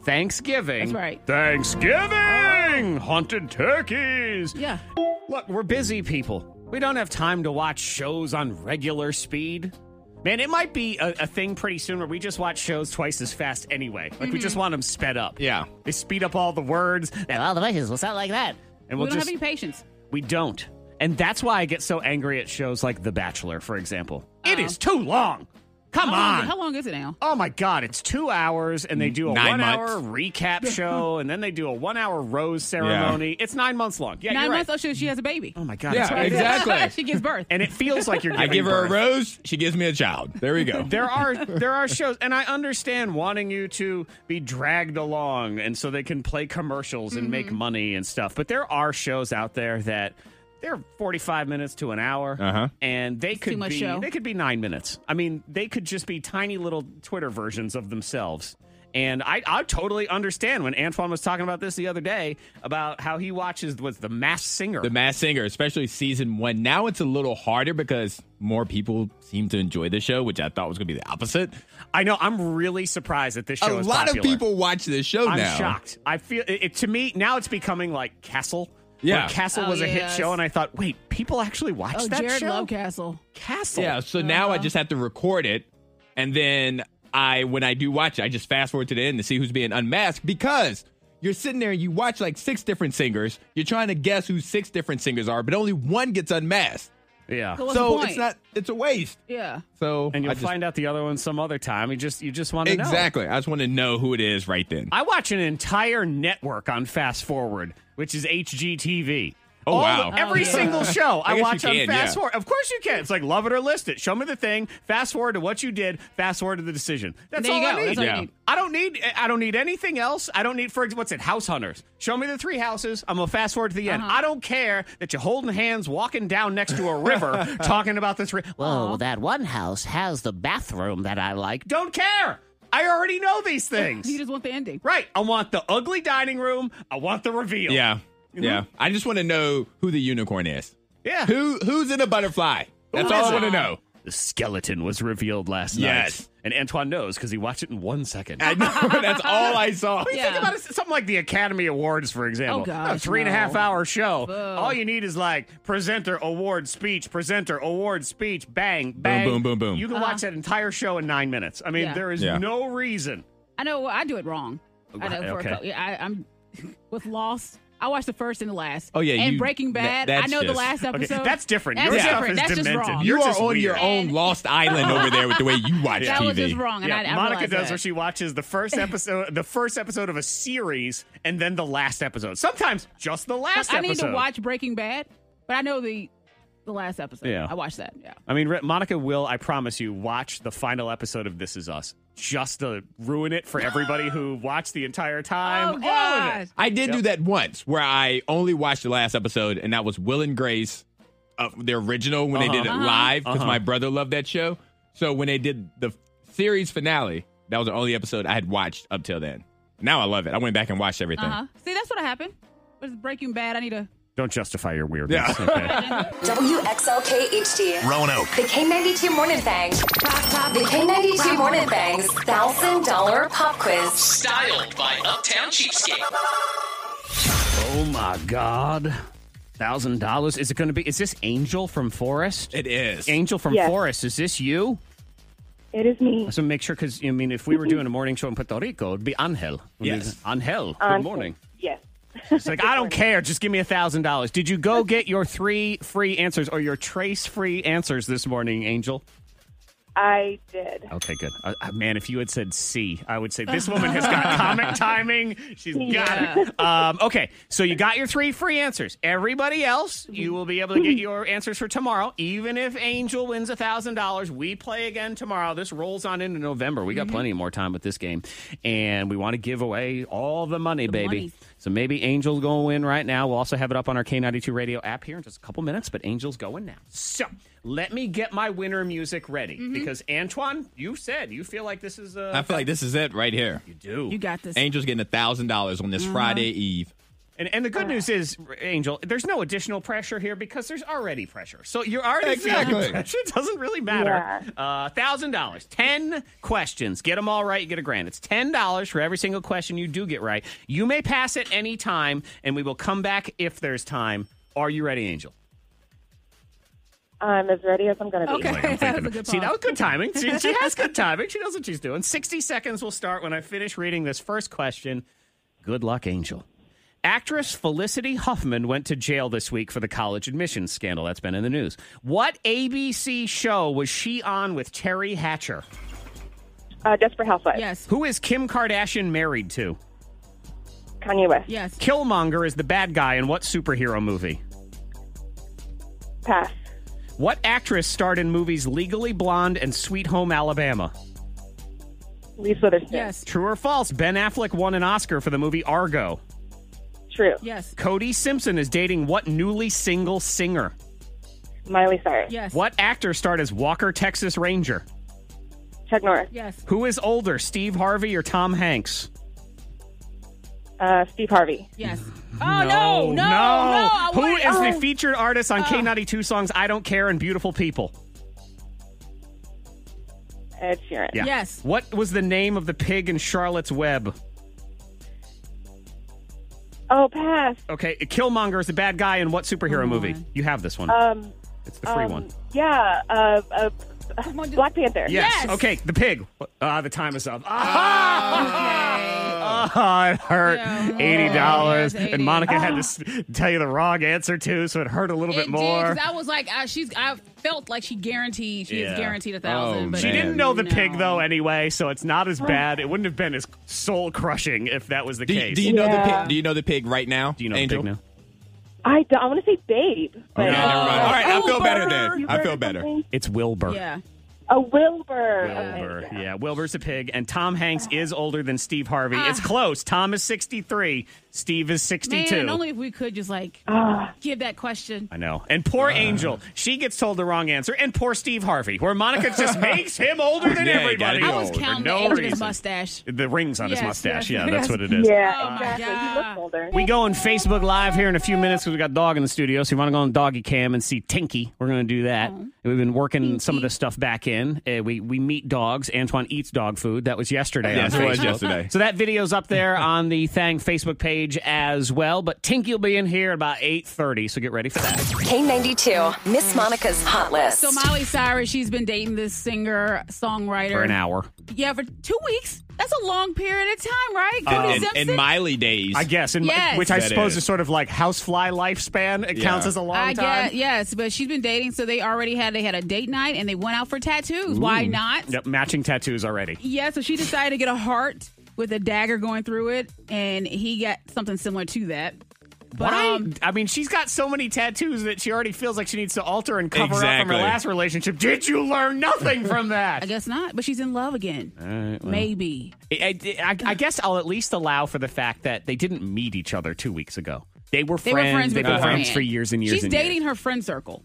[SPEAKER 4] Thanksgiving.
[SPEAKER 6] Mm-hmm. That's right.
[SPEAKER 4] Thanksgiving! Haunted turkeys!
[SPEAKER 6] Yeah.
[SPEAKER 4] Look, we're busy people. We don't have time to watch shows on regular speed. Man, it might be a, a thing pretty soon where we just watch shows twice as fast anyway. Like, we just want them sped up.
[SPEAKER 5] Yeah.
[SPEAKER 4] They speed up all the words. And all the voices will sound like that. And
[SPEAKER 6] we
[SPEAKER 4] we'll
[SPEAKER 6] don't
[SPEAKER 4] just.
[SPEAKER 6] have any patience.
[SPEAKER 4] we don't. And that's why I get so angry at shows like The Bachelor, for example. It is too long. Come
[SPEAKER 6] How long,
[SPEAKER 4] on.
[SPEAKER 6] is it- how long is it now?
[SPEAKER 4] Oh my God, it's two hours, and they do a
[SPEAKER 5] Nine
[SPEAKER 4] one
[SPEAKER 5] months.
[SPEAKER 4] hour recap show, and then they do a one hour rose ceremony. It's nine months long. Yeah,
[SPEAKER 6] Nine
[SPEAKER 4] you're right.
[SPEAKER 6] months. Oh, she, she has a baby.
[SPEAKER 4] Oh my God.
[SPEAKER 5] Yeah,
[SPEAKER 4] it's crazy.
[SPEAKER 5] exactly.
[SPEAKER 6] (laughs) she gives birth.
[SPEAKER 4] And it feels like you're
[SPEAKER 5] I
[SPEAKER 4] giving
[SPEAKER 5] give her a
[SPEAKER 4] birth.
[SPEAKER 5] rose, she gives me a child. There we go.
[SPEAKER 4] There are there are shows, and I understand wanting you to be dragged along, and so they can play commercials and
[SPEAKER 6] Mm-hmm.
[SPEAKER 4] make money and stuff. But there are shows out there that they're forty five minutes to an hour,
[SPEAKER 5] Uh-huh.
[SPEAKER 4] and they could
[SPEAKER 6] much
[SPEAKER 4] be
[SPEAKER 6] show.
[SPEAKER 4] they could be nine minutes. I mean, they could just be tiny little Twitter versions of themselves. And I, I totally understand when Antoine was talking about this the other day about how he watches was the Mass Singer.
[SPEAKER 5] The Mass Singer, especially season one. Now it's a little harder because more people seem to enjoy the show, which I thought was going to be the opposite.
[SPEAKER 4] I know I'm really surprised that this
[SPEAKER 5] A
[SPEAKER 4] show is
[SPEAKER 5] lot of
[SPEAKER 4] popular.
[SPEAKER 5] people watch this show
[SPEAKER 4] I'm
[SPEAKER 5] Oh, now.
[SPEAKER 4] shocked. I feel it, it- to me now it's becoming like Castle. where
[SPEAKER 5] Yeah.
[SPEAKER 4] Castle
[SPEAKER 6] Oh,
[SPEAKER 4] was a
[SPEAKER 6] yes.
[SPEAKER 4] hit show, and I thought, wait, people actually watch
[SPEAKER 6] oh,
[SPEAKER 4] that
[SPEAKER 6] Jared
[SPEAKER 4] show?
[SPEAKER 6] Lowcastle.
[SPEAKER 4] Castle.
[SPEAKER 5] Yeah, so now I
[SPEAKER 4] Uh-huh.
[SPEAKER 5] just have to record it, and then I, when I do watch it, I just fast forward to the end to see who's being unmasked because you're sitting there and you watch like six different singers. You're trying to guess who six different singers are, but only one gets unmasked.
[SPEAKER 4] Yeah.
[SPEAKER 6] So what's the
[SPEAKER 5] so
[SPEAKER 6] point?
[SPEAKER 5] it's not. It's a waste.
[SPEAKER 6] Yeah.
[SPEAKER 5] So
[SPEAKER 4] and you'll
[SPEAKER 5] I just-
[SPEAKER 4] find out the other one some other time. You just you just want to know.
[SPEAKER 5] Exactly. I just want to know who it is right then.
[SPEAKER 4] I watch an entire network on Fast Forward, which is HGTV.
[SPEAKER 5] Oh,
[SPEAKER 4] All
[SPEAKER 5] wow.
[SPEAKER 4] the- every
[SPEAKER 5] Oh, yeah.
[SPEAKER 4] single
[SPEAKER 5] (laughs)
[SPEAKER 4] show
[SPEAKER 5] I
[SPEAKER 4] I,
[SPEAKER 5] guess you
[SPEAKER 4] watch on
[SPEAKER 5] can,
[SPEAKER 4] Fast
[SPEAKER 5] yeah.
[SPEAKER 4] Forward. Of course you can. It's like love it or list it. Show me the thing. Fast forward to what you did. Fast forward to the decision. That's
[SPEAKER 6] There
[SPEAKER 4] all
[SPEAKER 6] you
[SPEAKER 4] I
[SPEAKER 6] go.
[SPEAKER 4] need.
[SPEAKER 6] That's all you Yeah. need.
[SPEAKER 4] I don't need. I don't need anything else. I don't need for ex- what's it? House hunters. Show me the three houses. I'm gonna fast forward to the
[SPEAKER 6] Uh-huh.
[SPEAKER 4] end. I don't care that you're holding hands, walking down next to a river,
[SPEAKER 5] (laughs)
[SPEAKER 4] talking about this. Ri- well, that one house has the bathroom that I like. Don't care. I already know these things.
[SPEAKER 6] You just want the ending.
[SPEAKER 4] Right. I want the ugly dining room. I want the reveal.
[SPEAKER 5] Yeah. Yeah. I just want to know who the unicorn is.
[SPEAKER 4] Yeah.
[SPEAKER 5] Who who's in a butterfly? That's
[SPEAKER 4] Who
[SPEAKER 5] all
[SPEAKER 4] is
[SPEAKER 5] I want
[SPEAKER 4] it?
[SPEAKER 5] to know.
[SPEAKER 4] The skeleton was revealed last
[SPEAKER 5] Yes.
[SPEAKER 4] night. And Antoine knows because he watched it in one second.
[SPEAKER 5] I know. (laughs) That's all I saw.
[SPEAKER 4] What do you think about it? something like the Academy Awards, for example?
[SPEAKER 6] Oh, gosh,
[SPEAKER 4] a three and a
[SPEAKER 6] no.
[SPEAKER 4] half hour show. All you need is like presenter, award, speech, presenter, award, speech, bang, bang.
[SPEAKER 5] boom, boom, boom.
[SPEAKER 4] You can watch that entire show in nine minutes. I mean,
[SPEAKER 6] Uh-huh. Yeah.
[SPEAKER 4] there is
[SPEAKER 5] Yeah.
[SPEAKER 4] no reason.
[SPEAKER 6] I know well, I do it wrong. I know for
[SPEAKER 4] Okay.
[SPEAKER 6] a, cou- yeah, I, I'm (laughs) with Lost. I watched the first and the last.
[SPEAKER 5] Oh, yeah,
[SPEAKER 6] and
[SPEAKER 5] you-
[SPEAKER 6] Breaking
[SPEAKER 5] that-
[SPEAKER 6] Bad. I
[SPEAKER 5] that's
[SPEAKER 6] know the
[SPEAKER 5] just-
[SPEAKER 6] last
[SPEAKER 5] okay,
[SPEAKER 6] episode.
[SPEAKER 4] that's different.
[SPEAKER 6] That's
[SPEAKER 4] Your
[SPEAKER 5] stuff
[SPEAKER 6] different.
[SPEAKER 4] is
[SPEAKER 6] that's
[SPEAKER 4] demented.
[SPEAKER 6] just wrong.
[SPEAKER 4] (laughs) You're
[SPEAKER 5] You are
[SPEAKER 4] just
[SPEAKER 5] on your
[SPEAKER 4] weird.
[SPEAKER 5] own lost island over there with the way you watch
[SPEAKER 6] (laughs) That
[SPEAKER 5] TV.
[SPEAKER 6] was just wrong, and I, I
[SPEAKER 4] Monica
[SPEAKER 6] realized
[SPEAKER 4] does
[SPEAKER 6] that.
[SPEAKER 4] where she watches the first episode, the first episode of a series, and then the last episode. Sometimes just the last.
[SPEAKER 6] I need
[SPEAKER 4] episode.
[SPEAKER 6] to watch Breaking Bad, but I know the the last episode.
[SPEAKER 4] Yeah.
[SPEAKER 6] I watched that. Yeah.
[SPEAKER 4] I mean, Re- Monica will, I promise you, watch the final episode of This Is Us just to ruin it for everybody who watched the entire time. Um,
[SPEAKER 6] Oh,
[SPEAKER 4] All of it.
[SPEAKER 6] gosh.
[SPEAKER 5] I did do that once where I only watched the last episode, and that was Will and Grace, uh, the original when they did it
[SPEAKER 6] Uh-huh.
[SPEAKER 5] live because
[SPEAKER 4] Uh-huh.
[SPEAKER 5] my brother loved that show. So when they did the series finale, that was the only episode I had watched up till then. Now I love it. I went back and watched everything.
[SPEAKER 6] Uh huh. See, that's what happened. With Breaking Bad, I need to.
[SPEAKER 4] Don't justify your weirdness.
[SPEAKER 5] Yeah.
[SPEAKER 4] okay?
[SPEAKER 2] WXLK HD.
[SPEAKER 13] Roanoke.
[SPEAKER 2] The K92 Morning Thang. The K92 Morning Thang's $1,000 pop quiz.
[SPEAKER 14] Styled by Uptown Cheapskate.
[SPEAKER 4] oh my God. Thousand dollars. Is it going to be? Is this Angel from Forest?
[SPEAKER 5] It is.
[SPEAKER 4] Angel from
[SPEAKER 11] Yes.
[SPEAKER 4] Forest. Is this you?
[SPEAKER 11] It is me.
[SPEAKER 4] So make sure, because I mean, if we were doing a morning show in Puerto Rico, it'd be Angel.
[SPEAKER 5] Yes.
[SPEAKER 4] Angel. Good
[SPEAKER 11] Angel.
[SPEAKER 4] morning.
[SPEAKER 11] Yes.
[SPEAKER 4] It's like I don't care. Just give me a thousand dollars. Did you go get your three free answers or your trace free answers this morning, Angel?
[SPEAKER 11] I did.
[SPEAKER 4] Okay, good. Uh, uh, man, if you had said C, I would say (laughs) this woman has got comic timing. She's got it. Um, okay, so you got your three free answers. Everybody else, you will be able to get your answers for tomorrow. Even if Angel wins a thousand dollars, we play again tomorrow. This rolls on into November. We got plenty more time with this game, and we want to give away all the money, baby.
[SPEAKER 6] money.
[SPEAKER 4] So maybe Angel's going to win right now. We'll also have it up on our K92 radio app here in just a couple minutes, but Angel's going now. So let me get my winner music ready
[SPEAKER 6] Mm-hmm.
[SPEAKER 4] because Antoine, you said you feel like this is a.
[SPEAKER 5] I feel like this is it right here.
[SPEAKER 4] you do.
[SPEAKER 6] You got this.
[SPEAKER 5] Angel's getting a thousand dollars on this
[SPEAKER 6] Uh-huh.
[SPEAKER 5] Friday Eve.
[SPEAKER 4] And, and the good news is, Angel, there's no additional pressure here because there's already pressure. So you're already feeling
[SPEAKER 5] Exactly.
[SPEAKER 4] (laughs) pressure. It doesn't really matter. Uh, Thousand dollars, ten questions. Get them all right, you get a grand. It's ten dollars for every single question you do get right. You may pass at any time, and we will come back if there's time. Are you ready, Angel?
[SPEAKER 11] I'm as ready as I'm going to be.
[SPEAKER 6] Okay.
[SPEAKER 4] Like, I'm
[SPEAKER 6] that
[SPEAKER 4] thinking-
[SPEAKER 6] was a good
[SPEAKER 4] See, that
[SPEAKER 6] pause.
[SPEAKER 4] was good
[SPEAKER 6] (laughs)
[SPEAKER 4] timing. She, she has good timing. She knows what she's doing. 60 seconds will start when I finish reading this first question. Good luck, Angel. Actress Felicity Huffman went to jail this week for the college admissions scandal that's been in the news. What ABC show was she on with Terry Hatcher?
[SPEAKER 11] (laughs) Uh, Desperate Housewives.
[SPEAKER 6] Yes.
[SPEAKER 4] Who is Kim Kardashian married to?
[SPEAKER 11] Kanye West.
[SPEAKER 6] Yes.
[SPEAKER 4] Killmonger is the bad guy in what superhero movie?
[SPEAKER 11] Pass.
[SPEAKER 4] What actress starred in movies Legally Blonde and Sweet Home Alabama?
[SPEAKER 11] Reese Witherspoon.
[SPEAKER 6] Yes.
[SPEAKER 4] True or false? Ben Affleck won an Oscar for the movie Argo.
[SPEAKER 11] True.
[SPEAKER 6] Yes.
[SPEAKER 4] Cody Simpson is dating what newly single singer?
[SPEAKER 11] Miley Cyrus.
[SPEAKER 6] Yes.
[SPEAKER 4] What actor starred as Walker, Texas Ranger?
[SPEAKER 11] Chuck Norris.
[SPEAKER 6] Yes.
[SPEAKER 4] Who is older, Steve Harvey or Tom Hanks?
[SPEAKER 11] Uh, Steve Harvey.
[SPEAKER 6] Yes. Oh no! No! No! I
[SPEAKER 4] Who
[SPEAKER 6] wanted-
[SPEAKER 4] is
[SPEAKER 6] oh.
[SPEAKER 4] the featured artist on K92 songs I Don't Care and Beautiful People?
[SPEAKER 11] Ed Sheeran.
[SPEAKER 4] Yeah.
[SPEAKER 6] Yes.
[SPEAKER 4] What was the name of the pig in Charlotte's Web?
[SPEAKER 11] Oh, pass.
[SPEAKER 4] Okay, Killmonger is the bad guy in what superhero
[SPEAKER 6] Come on.
[SPEAKER 4] movie? You have this one.
[SPEAKER 11] Um,
[SPEAKER 4] it's the free
[SPEAKER 11] um,
[SPEAKER 4] one.
[SPEAKER 11] Yeah. Uh, uh,
[SPEAKER 6] Oh, on, dude.
[SPEAKER 11] Black Panther.
[SPEAKER 4] Yes.
[SPEAKER 6] yes.
[SPEAKER 4] Okay, the pig. Ah, the time is up. Ah!
[SPEAKER 6] Okay.
[SPEAKER 4] (laughs) Oh, it hurt. Eighty dollars,
[SPEAKER 6] Oh, Yeah, it's Oh.
[SPEAKER 4] and Monica had to s- tell you the wrong answer too, so it hurt a little
[SPEAKER 6] It
[SPEAKER 4] bit
[SPEAKER 6] did,
[SPEAKER 4] more.
[SPEAKER 6] 'cause I was like, I, she's. I felt like she guaranteed. She
[SPEAKER 4] Yeah. Oh,
[SPEAKER 6] is guaranteed a thousand. but
[SPEAKER 4] she didn't know the pig though, anyway, so it's not as bad. It wouldn't have been as soul crushing if that was the
[SPEAKER 5] Do,
[SPEAKER 4] case.
[SPEAKER 5] do you know the pig? Do you know the pig right now? Do you know Angel? the pig
[SPEAKER 10] I, don't- I want to say babe.
[SPEAKER 5] now?
[SPEAKER 10] But
[SPEAKER 5] Okay, never
[SPEAKER 6] Oh,
[SPEAKER 5] mind. All right, I feel better then.
[SPEAKER 10] You
[SPEAKER 5] I
[SPEAKER 10] heard
[SPEAKER 5] feel
[SPEAKER 10] of
[SPEAKER 5] better.
[SPEAKER 10] something?
[SPEAKER 4] It's Wilbur.
[SPEAKER 10] Yeah. A Wilbur.
[SPEAKER 4] Wilbur. Yeah. Wilbur's a pig, and Tom Hanks is older than Steve Harvey.
[SPEAKER 6] Ah.
[SPEAKER 4] It's close. Tom is sixty-three. Steve is sixty-two.
[SPEAKER 6] Man, only if we could just like give that question.
[SPEAKER 4] I know. And poor
[SPEAKER 5] Uh.
[SPEAKER 4] Angel, she gets told the wrong answer. And poor Steve Harvey, where Monica
[SPEAKER 6] (laughs)
[SPEAKER 4] just makes him older than
[SPEAKER 5] Yeah, you gotta
[SPEAKER 4] everybody.
[SPEAKER 5] be
[SPEAKER 6] I was
[SPEAKER 5] old.
[SPEAKER 6] counting
[SPEAKER 4] no
[SPEAKER 6] the age of
[SPEAKER 4] reason.
[SPEAKER 6] his mustache.
[SPEAKER 4] The rings on his
[SPEAKER 6] Yes,
[SPEAKER 4] mustache.
[SPEAKER 6] yes,
[SPEAKER 4] yeah, that's
[SPEAKER 6] yes.
[SPEAKER 4] what it is.
[SPEAKER 6] Oh
[SPEAKER 10] Yeah,
[SPEAKER 6] my
[SPEAKER 10] exactly. He looks older.
[SPEAKER 4] We go on Facebook Live here in a few minutes because we got Dog in the studio. So you want to go on Doggy Cam and see Tinky? We're going to do that. And We've been working some of this stuff back in. Uh, we we meet dogs. Antoine eats dog food. That was yesterday.
[SPEAKER 5] Yes,
[SPEAKER 4] on
[SPEAKER 5] it was
[SPEAKER 4] Facebook.
[SPEAKER 5] yesterday.
[SPEAKER 4] So that video's up there (laughs) on the Thang Facebook page as well. But Tinky will be in here at about eight thirty. So get ready for that.
[SPEAKER 15] K92, Miss Monica's Hot List.
[SPEAKER 6] So Miley Cyrus, she's been dating this singer songwriter
[SPEAKER 4] For an hour.
[SPEAKER 6] Yeah, for two weeks. That's a long period of time, right?
[SPEAKER 4] Uh,
[SPEAKER 6] Cody
[SPEAKER 4] and-
[SPEAKER 6] Simpson.
[SPEAKER 5] In Miley days.
[SPEAKER 4] I guess, in
[SPEAKER 6] Yes.
[SPEAKER 4] which I
[SPEAKER 5] That
[SPEAKER 4] suppose is.
[SPEAKER 5] is.
[SPEAKER 4] sort of like housefly lifespan. It
[SPEAKER 5] Yeah.
[SPEAKER 4] counts as a long
[SPEAKER 6] I
[SPEAKER 4] time.
[SPEAKER 6] guess yes, but she's been dating, so they already had they had a date night and they went out for tattoos. Why
[SPEAKER 4] Ooh.
[SPEAKER 6] not?
[SPEAKER 4] Yep, matching tattoos already.
[SPEAKER 6] Yeah, so she decided to get a heart with a dagger going through it, and he got something similar to that. But
[SPEAKER 4] Why?
[SPEAKER 6] um,
[SPEAKER 4] I mean, she's got so many tattoos that she already feels like she needs to alter and cover up from
[SPEAKER 5] Exactly.
[SPEAKER 4] her last relationship. Did you learn nothing (laughs) from that?
[SPEAKER 6] I guess not. But she's in love again, maybe.
[SPEAKER 4] I, I- I guess I'll at least allow for the fact that they didn't meet each other two weeks ago. They were
[SPEAKER 6] They
[SPEAKER 4] friends.
[SPEAKER 6] were friends
[SPEAKER 4] They've been
[SPEAKER 6] beforehand.
[SPEAKER 4] friends for years and years
[SPEAKER 6] She's
[SPEAKER 4] and years.
[SPEAKER 6] dating her friend circle.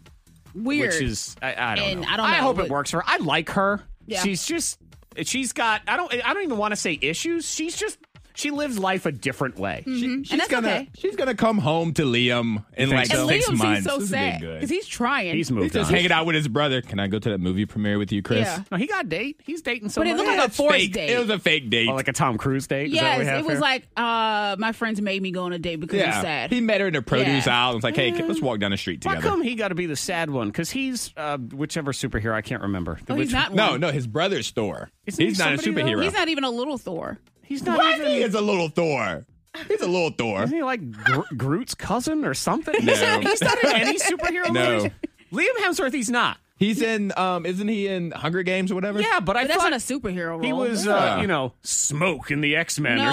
[SPEAKER 6] Weird.
[SPEAKER 4] Which is I, I don't
[SPEAKER 6] And
[SPEAKER 4] know.
[SPEAKER 6] I don't know,
[SPEAKER 4] hope it
[SPEAKER 6] but-
[SPEAKER 4] works for her. I like her.
[SPEAKER 6] Yeah.
[SPEAKER 4] She's just she's got I don't I don't even want to say issues. She's just she lives life a different way.
[SPEAKER 6] Mhm.
[SPEAKER 5] She's
[SPEAKER 6] and that's
[SPEAKER 5] gonna
[SPEAKER 6] okay.
[SPEAKER 5] she's gonna come home to Liam in
[SPEAKER 4] think
[SPEAKER 5] like
[SPEAKER 4] so?
[SPEAKER 6] And
[SPEAKER 5] six
[SPEAKER 6] Liam
[SPEAKER 5] months.
[SPEAKER 6] seems so
[SPEAKER 5] This is gonna be
[SPEAKER 6] sad
[SPEAKER 5] good.
[SPEAKER 6] because he's trying.
[SPEAKER 4] He's moved
[SPEAKER 5] just
[SPEAKER 4] on.
[SPEAKER 5] hanging out with his brother. Can I go to that movie premiere with you, Chris?
[SPEAKER 6] Yeah.
[SPEAKER 4] No, he got a date. He's dating
[SPEAKER 6] But
[SPEAKER 4] someone.
[SPEAKER 6] it looked like a
[SPEAKER 5] That's
[SPEAKER 6] forced
[SPEAKER 5] fake.
[SPEAKER 6] date.
[SPEAKER 5] It was a fake date.
[SPEAKER 4] Oh, like a Tom Cruise date. Is that what
[SPEAKER 6] yes,
[SPEAKER 4] we have
[SPEAKER 6] it was
[SPEAKER 4] here?
[SPEAKER 6] like uh, my friends made me go on a date because I'm sad.
[SPEAKER 5] He met her in the produce
[SPEAKER 6] Yeah. Mm-hmm.
[SPEAKER 5] aisle and was like, hey, let's walk down the street
[SPEAKER 4] Why
[SPEAKER 5] together.
[SPEAKER 4] come he got to be the sad one? Because he's uh, whichever superhero I can't remember.
[SPEAKER 6] Oh, he's
[SPEAKER 4] Which-
[SPEAKER 6] not
[SPEAKER 5] No,
[SPEAKER 6] one.
[SPEAKER 5] no, his brother's Thor.
[SPEAKER 4] Isn't he
[SPEAKER 5] he's not a
[SPEAKER 4] somebody, though?
[SPEAKER 5] superhero.
[SPEAKER 6] He's not even a little Thor.
[SPEAKER 4] He's not
[SPEAKER 5] Why
[SPEAKER 4] even.
[SPEAKER 5] he is a little Thor? He's a little Thor.
[SPEAKER 4] Isn't he like Gr- Groot's cousin or something?
[SPEAKER 5] No.
[SPEAKER 4] He's
[SPEAKER 6] (laughs)
[SPEAKER 4] not- He's not in any superhero
[SPEAKER 5] No.
[SPEAKER 4] movies. Liam Hemsworth, he's not.
[SPEAKER 5] (laughs) He's in um isn't he in Hunger Games or whatever?
[SPEAKER 4] Yeah, but I
[SPEAKER 6] But that's
[SPEAKER 4] thought
[SPEAKER 6] not a superhero role.
[SPEAKER 4] he was, uh,
[SPEAKER 5] Yeah.
[SPEAKER 4] you know, Smoke in the X Men or
[SPEAKER 6] No.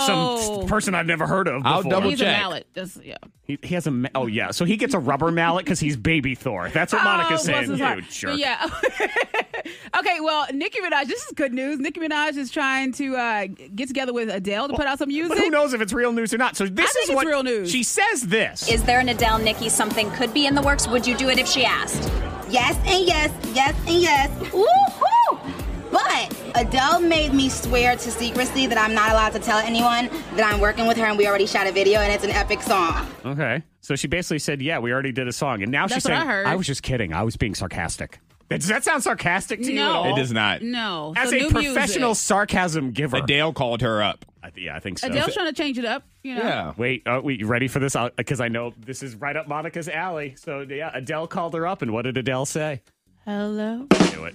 [SPEAKER 4] some person I've never heard of.
[SPEAKER 5] I'll
[SPEAKER 4] before.
[SPEAKER 5] double
[SPEAKER 6] He's
[SPEAKER 5] check.
[SPEAKER 6] a mallet. That's, yeah.
[SPEAKER 4] He, he has a. Ma- oh yeah, so he gets a rubber mallet because he's baby Thor. That's what Monica's
[SPEAKER 6] Oh, bless
[SPEAKER 4] saying.
[SPEAKER 6] his
[SPEAKER 4] You
[SPEAKER 6] heart.
[SPEAKER 4] jerk.
[SPEAKER 6] But yeah. (laughs) okay, well, Nicki Minaj, this is good news. Nicki Minaj is trying to uh, get together with Adele to put out some music.
[SPEAKER 4] But who knows if it's real news or not? So this
[SPEAKER 6] I think
[SPEAKER 4] is
[SPEAKER 6] it's
[SPEAKER 4] what
[SPEAKER 6] real news.
[SPEAKER 4] she says. This
[SPEAKER 2] Is there an Adele Nikki something could be in the works? Would you do it if she asked?
[SPEAKER 16] Yes and yes, yes and yes. Woohoo! But Adele made me swear to secrecy that I'm not allowed to tell anyone that I'm working with her and we already shot a video and it's an epic song.
[SPEAKER 4] Okay. So she basically said, "Yeah, we already did a song," and now she's
[SPEAKER 6] That's what
[SPEAKER 4] saying,
[SPEAKER 6] I heard.
[SPEAKER 4] was just kidding. I was being sarcastic." Does that sound sarcastic to you at
[SPEAKER 6] No.
[SPEAKER 4] all?
[SPEAKER 5] It does not.
[SPEAKER 6] No.
[SPEAKER 4] As
[SPEAKER 6] So
[SPEAKER 4] a
[SPEAKER 6] new
[SPEAKER 4] professional
[SPEAKER 6] music.
[SPEAKER 4] sarcasm giver,
[SPEAKER 5] Adele called her up.
[SPEAKER 4] I th- yeah, I think so.
[SPEAKER 6] Adele's trying to change it up. You know.
[SPEAKER 5] Yeah.
[SPEAKER 4] Wait, are we you ready for this? Because I know this is right up Monica's alley. So yeah, Adele called her up, and what did Adele say?
[SPEAKER 6] Hello.
[SPEAKER 4] Knew it.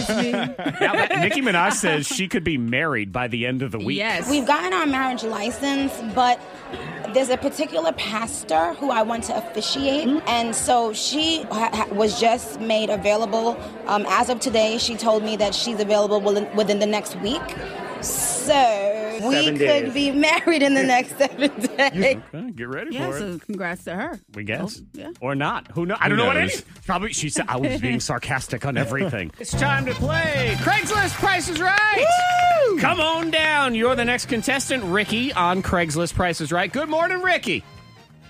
[SPEAKER 4] Now, but Nicki Minaj says she could be married by the end of the week.
[SPEAKER 16] We've gotten our marriage license, but there's a particular pastor who I want to officiate. And so she ha- ha- was just made available. Um, as of today, she told me that she's available within, within the next week. So (laughs) we
[SPEAKER 4] Seven days.
[SPEAKER 16] could be married in the next seven days.
[SPEAKER 4] Okay, get ready
[SPEAKER 6] Yeah,
[SPEAKER 4] for it.
[SPEAKER 6] so congrats to her.
[SPEAKER 4] We guess,
[SPEAKER 6] Oh, yeah.
[SPEAKER 4] or not? Who knows? I
[SPEAKER 5] Who
[SPEAKER 4] don't know what it
[SPEAKER 5] knows?
[SPEAKER 4] is. Probably she said I was being sarcastic (laughs) on everything. it's time to play Craigslist Price is Right. Come on down. You're the next contestant, Ricky, on Craigslist Price is Right. Good morning, Ricky.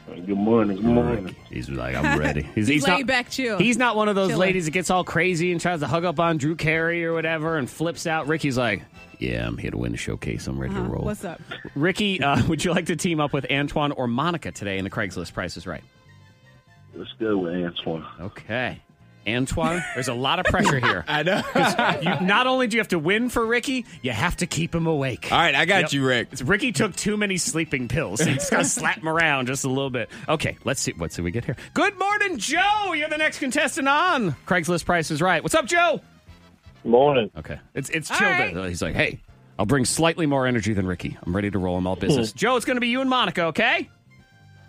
[SPEAKER 12] Good morning. Good morning.
[SPEAKER 4] He's like, I'm (laughs) ready. He's,
[SPEAKER 6] He's
[SPEAKER 4] not,
[SPEAKER 6] laid back, chill.
[SPEAKER 4] He's not one of those
[SPEAKER 6] Chilling.
[SPEAKER 4] ladies that gets all crazy and tries to hug up on Drew Carey or whatever and flips out. Ricky's like, Yeah, I'm here to win the showcase. I'm ready
[SPEAKER 6] Uh-huh.
[SPEAKER 4] to roll.
[SPEAKER 6] What's up?
[SPEAKER 4] Ricky, uh, (laughs) would you like to team up with Antoine or Monica today in the Craigslist Price is Right?
[SPEAKER 12] Let's go with Antoine.
[SPEAKER 4] Okay. Antoine, there's a lot of pressure here.
[SPEAKER 5] I know. (laughs)
[SPEAKER 4] 'Cause you, (laughs) not only do you have to win for Ricky, you have to keep him awake.
[SPEAKER 5] All right, I got
[SPEAKER 4] Yep.
[SPEAKER 5] you, Rick.
[SPEAKER 4] It's- Ricky took too many sleeping pills. So you just gotta slap him around just a little bit. Okay, let's see. What see we get here? Good morning, Joe. You're the next contestant on Craigslist Price is Right. What's up, Joe?
[SPEAKER 12] Morning.
[SPEAKER 4] Okay, it's it's
[SPEAKER 6] All
[SPEAKER 4] chilled.
[SPEAKER 6] right.
[SPEAKER 4] out. He's like, hey, I'll bring slightly more energy than Ricky. I'm ready to roll on all business. Joe, it's going to be you and Monica, okay?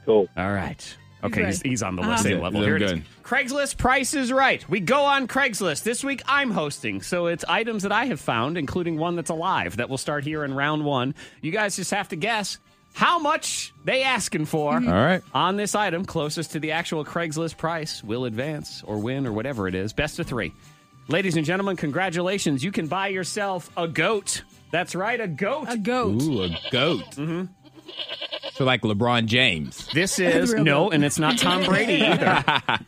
[SPEAKER 17] Cool.
[SPEAKER 4] All right. Okay,
[SPEAKER 17] ready.
[SPEAKER 4] he's, he's on the
[SPEAKER 17] Uh-huh.
[SPEAKER 4] same
[SPEAKER 17] Yeah,
[SPEAKER 4] level.
[SPEAKER 17] yeah,
[SPEAKER 4] Here
[SPEAKER 17] I'm
[SPEAKER 4] it is.
[SPEAKER 17] good.
[SPEAKER 4] Craigslist Price is Right. We go on Craigslist. This week I'm hosting, so it's items that I have found, including one that's alive that will start here in round one. You guys just have to guess how much they asking for.
[SPEAKER 5] Mhm. All right.
[SPEAKER 4] On this item, closest to the actual Craigslist price will advance or win or whatever it is. Best of three. Ladies and gentlemen, congratulations. You can buy yourself a goat. That's right, a goat. A
[SPEAKER 13] goat.
[SPEAKER 5] Ooh, a goat. Mm-hmm. So like LeBron James.
[SPEAKER 13] (laughs)
[SPEAKER 4] This is no, and it's not Tom Brady either.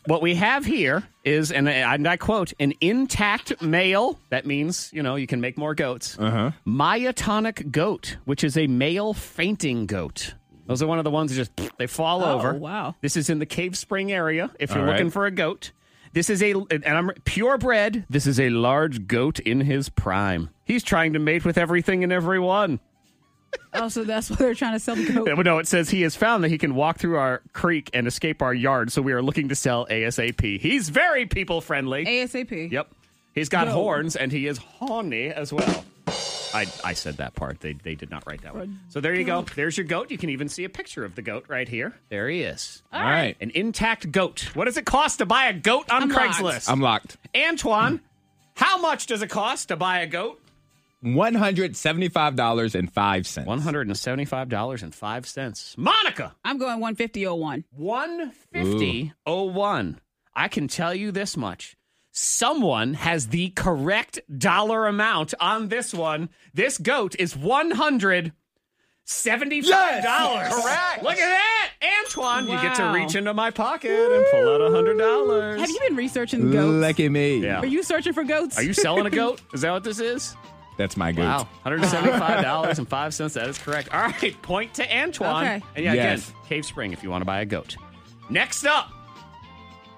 [SPEAKER 4] what we have here is, and I, and I quote, an intact male. That means you know you can make more goats. Uh-huh. Myotonic goat, which is a male fainting goat. Those are one of the ones that just they fall
[SPEAKER 13] Oh,
[SPEAKER 4] over.
[SPEAKER 13] wow.
[SPEAKER 4] This is in the Cave Spring area. If you're
[SPEAKER 5] All right.
[SPEAKER 4] looking for a goat, this is a and I'm purebred. This is a large goat in his prime. He's trying to mate with everything and everyone.
[SPEAKER 13] Oh, so that's why they're trying to sell the
[SPEAKER 4] (laughs)
[SPEAKER 13] goat.
[SPEAKER 4] Uh, No, it says he has found that he can walk through our creek and escape our yard, so we are looking to sell ASAP. He's very people friendly.
[SPEAKER 13] ASAP.
[SPEAKER 4] Yep. He's got
[SPEAKER 13] No.
[SPEAKER 4] horns and he is horny as well. I, I said that part. They, they did not write that one. So there you go. There's your goat. You can even see a picture of the goat right here. There he is.
[SPEAKER 5] All right. All right.
[SPEAKER 4] An intact goat. What does it cost to buy a goat on
[SPEAKER 5] I'm locked.
[SPEAKER 4] Craigslist?
[SPEAKER 5] I'm locked.
[SPEAKER 4] Antoine, how much does it cost to buy a goat?
[SPEAKER 5] One hundred seventy-five dollars and five cents. One
[SPEAKER 4] hundred and seventy-five dollars and five cents. Monica.
[SPEAKER 13] I'm going 15001.
[SPEAKER 4] 150 01. I can tell you this much. Someone has the correct dollar amount on this one. This goat is $175.
[SPEAKER 9] Correct.
[SPEAKER 4] Look at that, Antoine. You get to
[SPEAKER 13] Wow.
[SPEAKER 4] reach into my pocket and pull out $100.
[SPEAKER 13] Have you been researching goats?
[SPEAKER 5] Lucky me.
[SPEAKER 4] Yeah.
[SPEAKER 13] Are you searching for goats?
[SPEAKER 4] Are you selling a goat? Is that what this is?
[SPEAKER 5] That's my goat.
[SPEAKER 4] Wow, $175.05. That is correct. All right, point to Antoine.
[SPEAKER 5] Okay.
[SPEAKER 4] And yeah,
[SPEAKER 5] Yes.
[SPEAKER 4] again, Cave Spring if you want to buy a goat. Next up,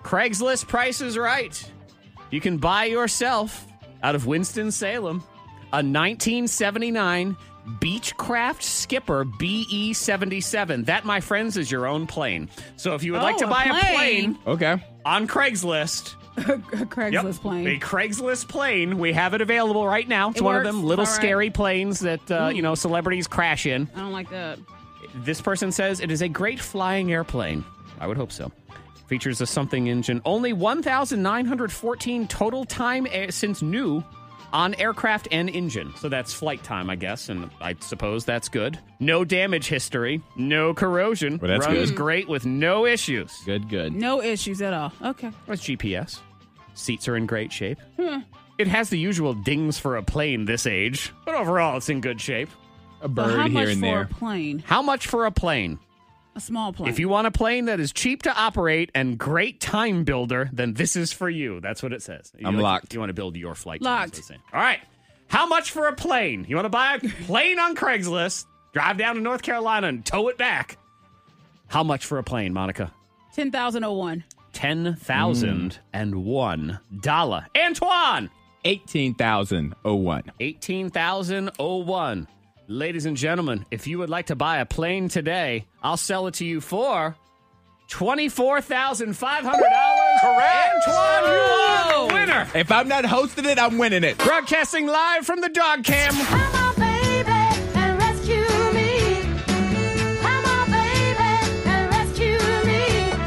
[SPEAKER 4] Craigslist Price is Right. You can buy yourself out of Winston-Salem a 1979 Beechcraft Skipper BE 77. That, my friends, is your own plane. So if you would like
[SPEAKER 13] Oh,
[SPEAKER 4] to
[SPEAKER 13] a
[SPEAKER 4] buy a
[SPEAKER 13] plane.
[SPEAKER 4] plane
[SPEAKER 5] Okay.
[SPEAKER 4] on Craigslist,
[SPEAKER 13] (laughs) a Craigslist plane.
[SPEAKER 4] a Craigslist plane. We have it available right now. It's
[SPEAKER 13] It
[SPEAKER 4] one
[SPEAKER 13] works.
[SPEAKER 4] of them little
[SPEAKER 13] All right.
[SPEAKER 4] scary planes that uh, you know celebrities crash in.
[SPEAKER 13] I don't like that.
[SPEAKER 4] This person says it is a great flying airplane. I would hope so. Features a something engine. Only 1,914 total time a- since new on aircraft and engine. So that's flight time, I guess, and I suppose that's good. No damage history, no corrosion.
[SPEAKER 5] Well, that's
[SPEAKER 4] Runs
[SPEAKER 5] good.
[SPEAKER 4] great with no issues.
[SPEAKER 5] Good, good.
[SPEAKER 13] No issues at all. Okay.
[SPEAKER 4] It's GPS. Seats are in great shape.
[SPEAKER 13] Hmm.
[SPEAKER 4] It has the usual dings for a plane this age, but overall it's in good shape.
[SPEAKER 5] A
[SPEAKER 13] But how much for a plane?
[SPEAKER 4] How much for a plane?
[SPEAKER 13] A small plane.
[SPEAKER 4] If you want a plane that is cheap to operate and great time builder, then this is for you. That's what it says. You
[SPEAKER 5] I'm locked.
[SPEAKER 4] You want to build your flight.
[SPEAKER 13] Locked.
[SPEAKER 4] Time, is what it's saying. All right. How much for a plane? You want
[SPEAKER 13] (laughs)
[SPEAKER 4] to buy a plane on Craigslist, drive down to North Carolina and tow it back. How much for a plane, Monica?
[SPEAKER 13] 10,001.
[SPEAKER 4] Ten thousand and one dollar. Antoine.
[SPEAKER 5] Eighteen thousand oh one.
[SPEAKER 4] 18,001. Ladies and gentlemen, if you would like to buy a plane today, I'll sell it to you for $24,500. Correct. Antoine, you are the winner.
[SPEAKER 5] If I'm not hosting it, I'm winning it.
[SPEAKER 4] Broadcasting live from the dog cam.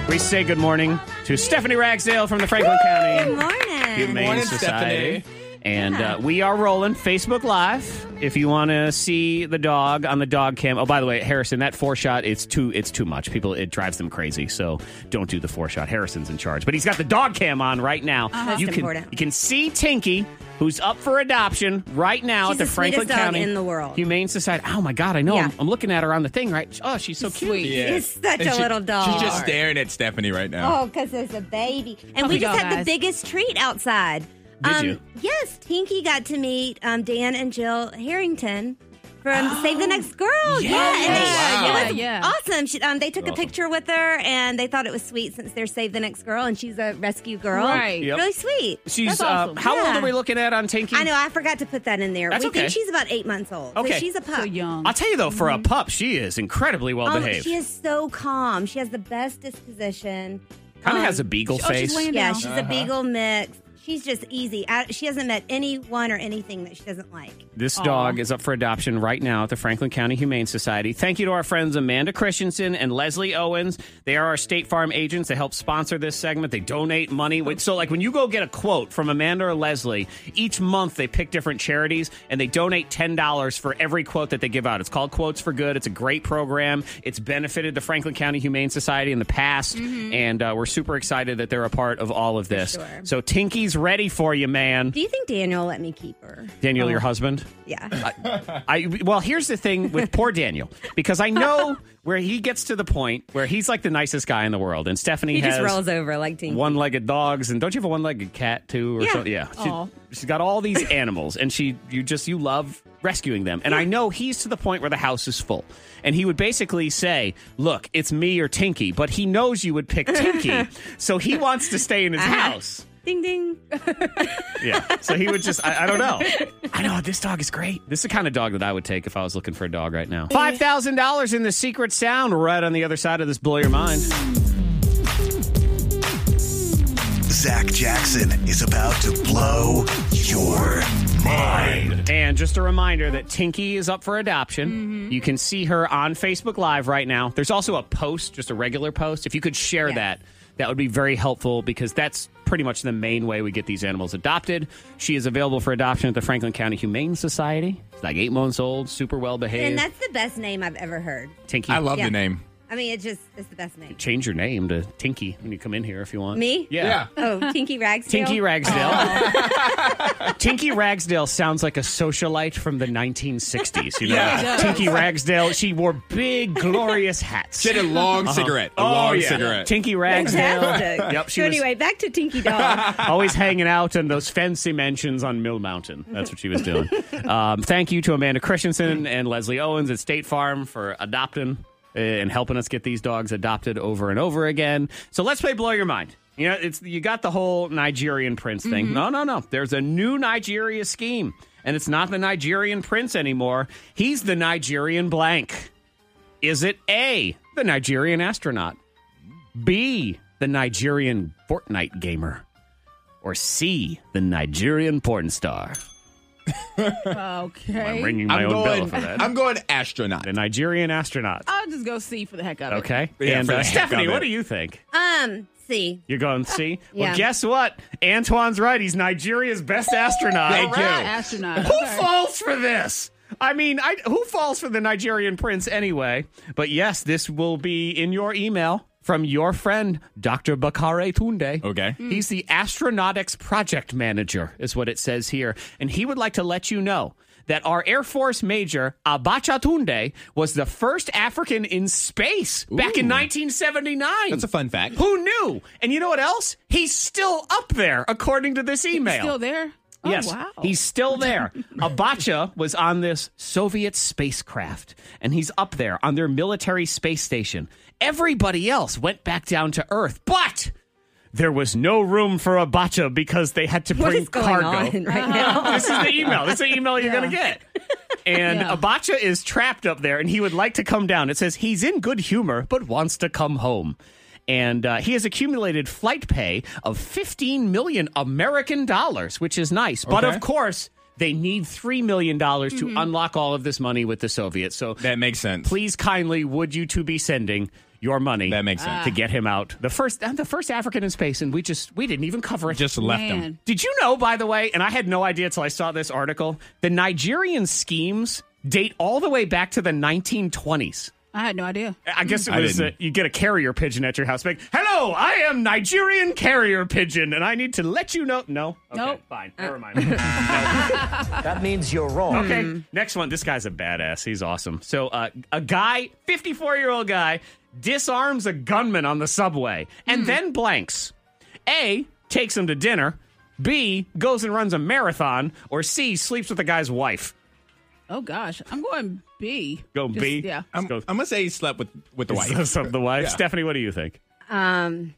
[SPEAKER 4] We say good morning to Stephanie Ragsdale from the Franklin County
[SPEAKER 18] Good morning.
[SPEAKER 4] Humane Society. And uh, we are rolling Facebook Live. If you want to see the dog on the dog cam, oh by the way, Harrison, that four shot it's too it's too much. People it drives them crazy, so don't do the four shot. Harrison's in charge, but he's got the dog cam on right now.
[SPEAKER 18] Uh-huh. That's
[SPEAKER 4] You can
[SPEAKER 18] important.
[SPEAKER 4] you can see Tinky, who's up for adoption right now
[SPEAKER 18] She's
[SPEAKER 4] at the,
[SPEAKER 18] the
[SPEAKER 4] Franklin
[SPEAKER 18] sweetest dog
[SPEAKER 4] County
[SPEAKER 18] in the world.
[SPEAKER 4] Humane Society. Oh my God, I know. I'm, I'm looking at her on the thing right. Oh, she's so cute.
[SPEAKER 18] She's such a little dog.
[SPEAKER 5] She's just staring at Stephanie right now.
[SPEAKER 18] Oh, because there's a baby.
[SPEAKER 6] Oh
[SPEAKER 18] And
[SPEAKER 5] Puppy
[SPEAKER 18] we just
[SPEAKER 5] dog
[SPEAKER 18] had the
[SPEAKER 5] eyes.
[SPEAKER 18] biggest treat outside.
[SPEAKER 5] Did
[SPEAKER 18] um,
[SPEAKER 5] you?
[SPEAKER 18] Yes, Tinky got to meet um, Dan and Jill Harrington from Save
[SPEAKER 4] Oh,
[SPEAKER 18] the Next Girl.
[SPEAKER 13] yeah.
[SPEAKER 18] yeah, and
[SPEAKER 13] Oh,
[SPEAKER 18] they,
[SPEAKER 13] wow.
[SPEAKER 18] it was
[SPEAKER 13] Yeah,
[SPEAKER 18] awesome. She, um, they took a
[SPEAKER 4] Oh.
[SPEAKER 5] Awesome.
[SPEAKER 18] picture with her, and they thought it was sweet since they're Save the Next Girl, and she's a rescue
[SPEAKER 11] Oh,
[SPEAKER 18] girl.
[SPEAKER 4] Right. Yep.
[SPEAKER 18] Really sweet.
[SPEAKER 4] She's uh, how old
[SPEAKER 18] Yeah.
[SPEAKER 4] are we looking at on Tinky?
[SPEAKER 18] I know. I forgot to put that in there.
[SPEAKER 4] That's
[SPEAKER 18] we
[SPEAKER 4] okay.
[SPEAKER 18] think she's about eight months old. So
[SPEAKER 4] Okay.
[SPEAKER 18] she's a pup. So young.
[SPEAKER 4] I'll tell you though, for a pup, she is incredibly well behaved.
[SPEAKER 18] Oh, she is so calm. She has the best disposition. Um,
[SPEAKER 13] Oh,
[SPEAKER 18] oh,
[SPEAKER 4] Kind of has a Uh-huh. beagle face.
[SPEAKER 18] yeah, she's a beagle mix. She's just easy. I, she hasn't met anyone or anything that she doesn't like.
[SPEAKER 4] This dog is up for adoption right now at the Franklin County Humane Society. Thank you to our friends Amanda Christensen and Leslie Owens. They are our State Farm agents that help sponsor this segment. They donate money. When- So, like when you go get a quote from Amanda or Leslie, each month they pick different charities and they donate $10 for every quote that they give out. It's called Quotes for Good. It's a great program. It's benefited the Franklin County Humane Society in the past. And uh, we're super excited that they're a part of all of this.
[SPEAKER 18] sure.
[SPEAKER 4] So, Tinky's ready for you, man.
[SPEAKER 18] Do you think Daniel will let me keep her?
[SPEAKER 4] Daniel, your husband?
[SPEAKER 18] Oh. Yeah.
[SPEAKER 4] I, I well, here's the thing with poor Daniel because
[SPEAKER 18] (laughs)
[SPEAKER 4] I know where he gets to the point where he's like the nicest guy in the world, and Stephanie
[SPEAKER 18] He
[SPEAKER 4] has
[SPEAKER 18] just rolls over like Tinky.
[SPEAKER 4] one-legged dogs, and don't you have a one-legged cat too, or
[SPEAKER 18] Yeah.
[SPEAKER 4] something? Yeah,
[SPEAKER 18] Aw.
[SPEAKER 4] she, she's got
[SPEAKER 18] (laughs)
[SPEAKER 4] all these animals, and she you just you love rescuing them. And I know he's to the point where the house is full, and he would basically say, "Look, it's me or Tinky," but he knows you would
[SPEAKER 18] (laughs)
[SPEAKER 4] pick Tinky, so he wants to stay in his
[SPEAKER 18] Uh-huh.
[SPEAKER 4] house.
[SPEAKER 18] Ding ding.
[SPEAKER 4] Yeah. So he would just, I, I don't know. I know, this dog is great. This is the kind of dog that I would take if I was looking for a dog right now. $5,000 in the secret sound right on the other side of this blow your mind.
[SPEAKER 19] Zach Jackson is about to blow your mind.
[SPEAKER 4] And just a reminder that Tinky is up for adoption. You can see her on Facebook Live right now. There's also a post, just a regular post. If you could share that, that would be very helpful because that's pretty much the main way we get these animals adopted. She is available for adoption at the Franklin County Humane Society. It's like eight months old, super well
[SPEAKER 18] And
[SPEAKER 4] behaved.
[SPEAKER 18] that's the best name I've ever heard.
[SPEAKER 4] Tinky.
[SPEAKER 18] Yeah. I mean, it just it's the best name.
[SPEAKER 4] change your name to Tinky when you come in here if you want.
[SPEAKER 18] Me?
[SPEAKER 4] Yeah.
[SPEAKER 18] Oh, Tinky Ragsdale.
[SPEAKER 4] Tinky Ragsdale.
[SPEAKER 18] Oh.
[SPEAKER 5] (laughs)
[SPEAKER 4] Tinky Ragsdale sounds like a socialite from the 1960s. You know?
[SPEAKER 5] Yeah, it does.
[SPEAKER 4] Tinky Ragsdale, she wore big, glorious hats.
[SPEAKER 5] She
[SPEAKER 18] (laughs)
[SPEAKER 5] had a long cigarette, a
[SPEAKER 4] oh,
[SPEAKER 5] long
[SPEAKER 4] yeah.
[SPEAKER 5] cigarette.
[SPEAKER 4] Tinky Ragsdale.
[SPEAKER 18] Fantastic.
[SPEAKER 4] yep, she
[SPEAKER 18] so
[SPEAKER 4] was
[SPEAKER 18] anyway, back to Tinky Dog.
[SPEAKER 4] (laughs) always hanging out in those fancy mansions on Mill Mountain. That's what she was doing. um, thank you to Amanda Christensen and Leslie Owens at State Farm for adopting uh, and helping us get these dogs adopted over and over again. So let's play Blow Your Mind. You know, it's you got the whole Nigerian prince thing. No, no, no. There's a new Nigeria scheme, and it's not the Nigerian prince anymore. He's the Nigerian blank. Is it A, the Nigerian astronaut? B, the Nigerian Fortnite gamer? Or C, the Nigerian porn star?
[SPEAKER 6] Okay.
[SPEAKER 4] I'm ringing my
[SPEAKER 5] I'm
[SPEAKER 4] own bell
[SPEAKER 5] going-
[SPEAKER 4] for that.
[SPEAKER 5] I'm
[SPEAKER 4] going astronaut. The Nigerian astronaut.
[SPEAKER 6] I'll just go see for the heck of it.
[SPEAKER 4] Okay.
[SPEAKER 5] Yeah,
[SPEAKER 4] and
[SPEAKER 5] for
[SPEAKER 4] uh,
[SPEAKER 5] the heck
[SPEAKER 4] Stephanie,
[SPEAKER 5] of it.
[SPEAKER 4] what do you think?
[SPEAKER 18] Um, see.
[SPEAKER 4] You're going C?
[SPEAKER 18] Yeah.
[SPEAKER 4] Well, guess what? Antoine's right. He's Nigeria's best astronaut.
[SPEAKER 6] Thank you. Alright, astronaut.
[SPEAKER 4] Who
[SPEAKER 6] Okay.
[SPEAKER 4] falls for this? I mean, I, who falls for the Nigerian prince anyway? But yes, this will be in your email from your friend, Dr. Bakare Tunde. Okay. He's the astronautics project manager, is what it says here. And he would like to let you know that our Air Force Major, Abacha Tunde, was the first African in space back in 1979. That's a fun fact. Who knew? And you know what else? He's still up there, according to this email.
[SPEAKER 6] Still there? Oh,
[SPEAKER 4] Yes,
[SPEAKER 6] Wow.
[SPEAKER 4] he's
[SPEAKER 18] (laughs)
[SPEAKER 4] still there. Abacha was on this Soviet spacecraft, and he's up there on their military space station. Everybody else went back down to Earth, but there was no room for Abacha because they had to
[SPEAKER 18] What
[SPEAKER 4] bring
[SPEAKER 18] is going
[SPEAKER 4] cargo.
[SPEAKER 18] on right now?
[SPEAKER 4] this is the email. This is the email you're going to get. And Abacha is trapped up there, and he would like to come down. It says he's in good humor, but wants to come home. And uh, he has accumulated flight pay of 15 million American dollars, which is nice. But
[SPEAKER 5] Okay.
[SPEAKER 4] of course, they need $3 million dollars to unlock all of this money with the Soviets. So that makes sense. Please kindly, would you to be sending your money that makes
[SPEAKER 5] sense.
[SPEAKER 4] to get him out the first I'm the first african in space and we just we didn't even cover it just
[SPEAKER 5] left him. Man.
[SPEAKER 4] did you know, by the way, and I had no idea till I saw this article, the Nigerian schemes date all the way back to the 1920s.
[SPEAKER 6] I had no idea.
[SPEAKER 4] I guess it
[SPEAKER 5] I
[SPEAKER 4] was uh,
[SPEAKER 5] didn't.
[SPEAKER 4] you get a carrier pigeon at your house, like, "Hello, I am Nigerian carrier pigeon, and I need to let you know." No, okay,
[SPEAKER 6] Nope.
[SPEAKER 4] fine, never mind. No. That means you're wrong. Okay,
[SPEAKER 6] Hmm.
[SPEAKER 4] next one. This guy's a badass. He's awesome. So, uh, a guy, 54 year old guy, disarms a gunman on the subway
[SPEAKER 6] Hmm.
[SPEAKER 4] and then blanks. A, takes him to dinner. B, goes and runs a marathon. Or C, sleeps with the guy's wife.
[SPEAKER 6] Oh gosh, I'm going B.
[SPEAKER 4] Go
[SPEAKER 6] Just-
[SPEAKER 4] B.
[SPEAKER 6] Yeah.
[SPEAKER 4] I'm,
[SPEAKER 5] (laughs) gonna say he slept with with the (laughs) wife.
[SPEAKER 4] Slept the wife.
[SPEAKER 5] Um, Yeah.
[SPEAKER 4] Stephanie, what do you think?
[SPEAKER 18] Um,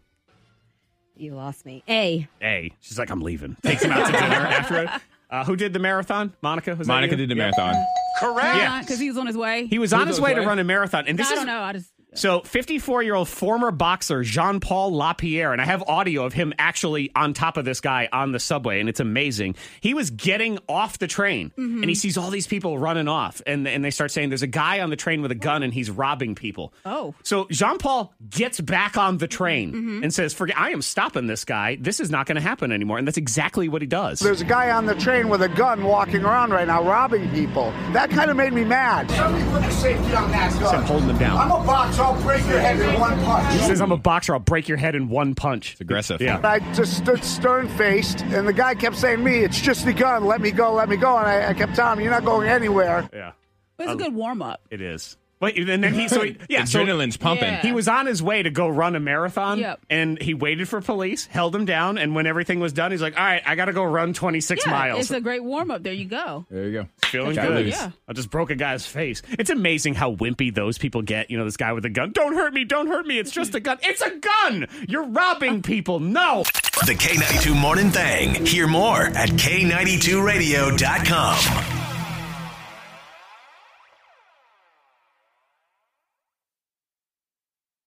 [SPEAKER 18] you lost me. A.
[SPEAKER 4] A, she's like, I'm leaving. Takes him out
[SPEAKER 5] (laughs)
[SPEAKER 4] to dinner afterward. Uh, who did the marathon? Monica. Was that
[SPEAKER 5] Monica
[SPEAKER 4] you?
[SPEAKER 5] did the
[SPEAKER 4] Yeah.
[SPEAKER 5] marathon.
[SPEAKER 4] Correct.
[SPEAKER 6] Because Uh, he was on his way.
[SPEAKER 4] He was on his way to run a marathon, and this
[SPEAKER 6] I
[SPEAKER 4] is
[SPEAKER 6] don't know. I just
[SPEAKER 4] So, 54 year old former boxer Jean Paul Lapierre, and I have audio of him actually on top of this guy on the subway, and it's amazing. He was getting off the train,
[SPEAKER 9] Mhm.
[SPEAKER 4] and he sees all these people running off, and, and they start saying, There's a guy on the train with a gun, and he's robbing people.
[SPEAKER 6] Oh.
[SPEAKER 4] So, Jean Paul gets back on the train and says, Forget, I am stopping this guy. This is not going to happen anymore. And that's exactly what he does.
[SPEAKER 20] There's a guy on the train with a gun walking around right now robbing people. That kind of made me mad.
[SPEAKER 9] Somebody put the safety on that
[SPEAKER 4] So I'm holding him down.
[SPEAKER 9] I'm a box. I'll break your head in one punch.
[SPEAKER 4] He says, I'm a boxer. I'll break your head in one punch. It's
[SPEAKER 5] aggressive.
[SPEAKER 4] Yeah.
[SPEAKER 20] I just stood stern faced, and the guy kept saying to me, It's just a gun, let me go, let me go. And I, I kept telling him, You're not going anywhere.
[SPEAKER 4] Yeah.
[SPEAKER 6] But it's a
[SPEAKER 4] Um,
[SPEAKER 6] good warm up.
[SPEAKER 4] It is. But and then he
[SPEAKER 5] (laughs)
[SPEAKER 4] so he- yeah so-
[SPEAKER 5] Adrenaline's pumping. Yeah.
[SPEAKER 4] He was on his way to go run a marathon,
[SPEAKER 6] Yep.
[SPEAKER 4] and he waited for police, held him down, and when everything was done, he's like, "All right, I got to go run 26
[SPEAKER 6] yeah,
[SPEAKER 4] miles."
[SPEAKER 6] It's a great warm up. There you go.
[SPEAKER 5] There you go.
[SPEAKER 4] Feeling
[SPEAKER 5] Got
[SPEAKER 4] good.
[SPEAKER 5] loose. Yeah.
[SPEAKER 4] I just broke a guy's face. It's amazing how wimpy those people get. You know, this guy with a gun. Don't hurt me. Don't hurt me. It's just a gun. It's a gun. You're robbing people. No.
[SPEAKER 19] The K92 Morning Thing. Hear more at K92Radio.com.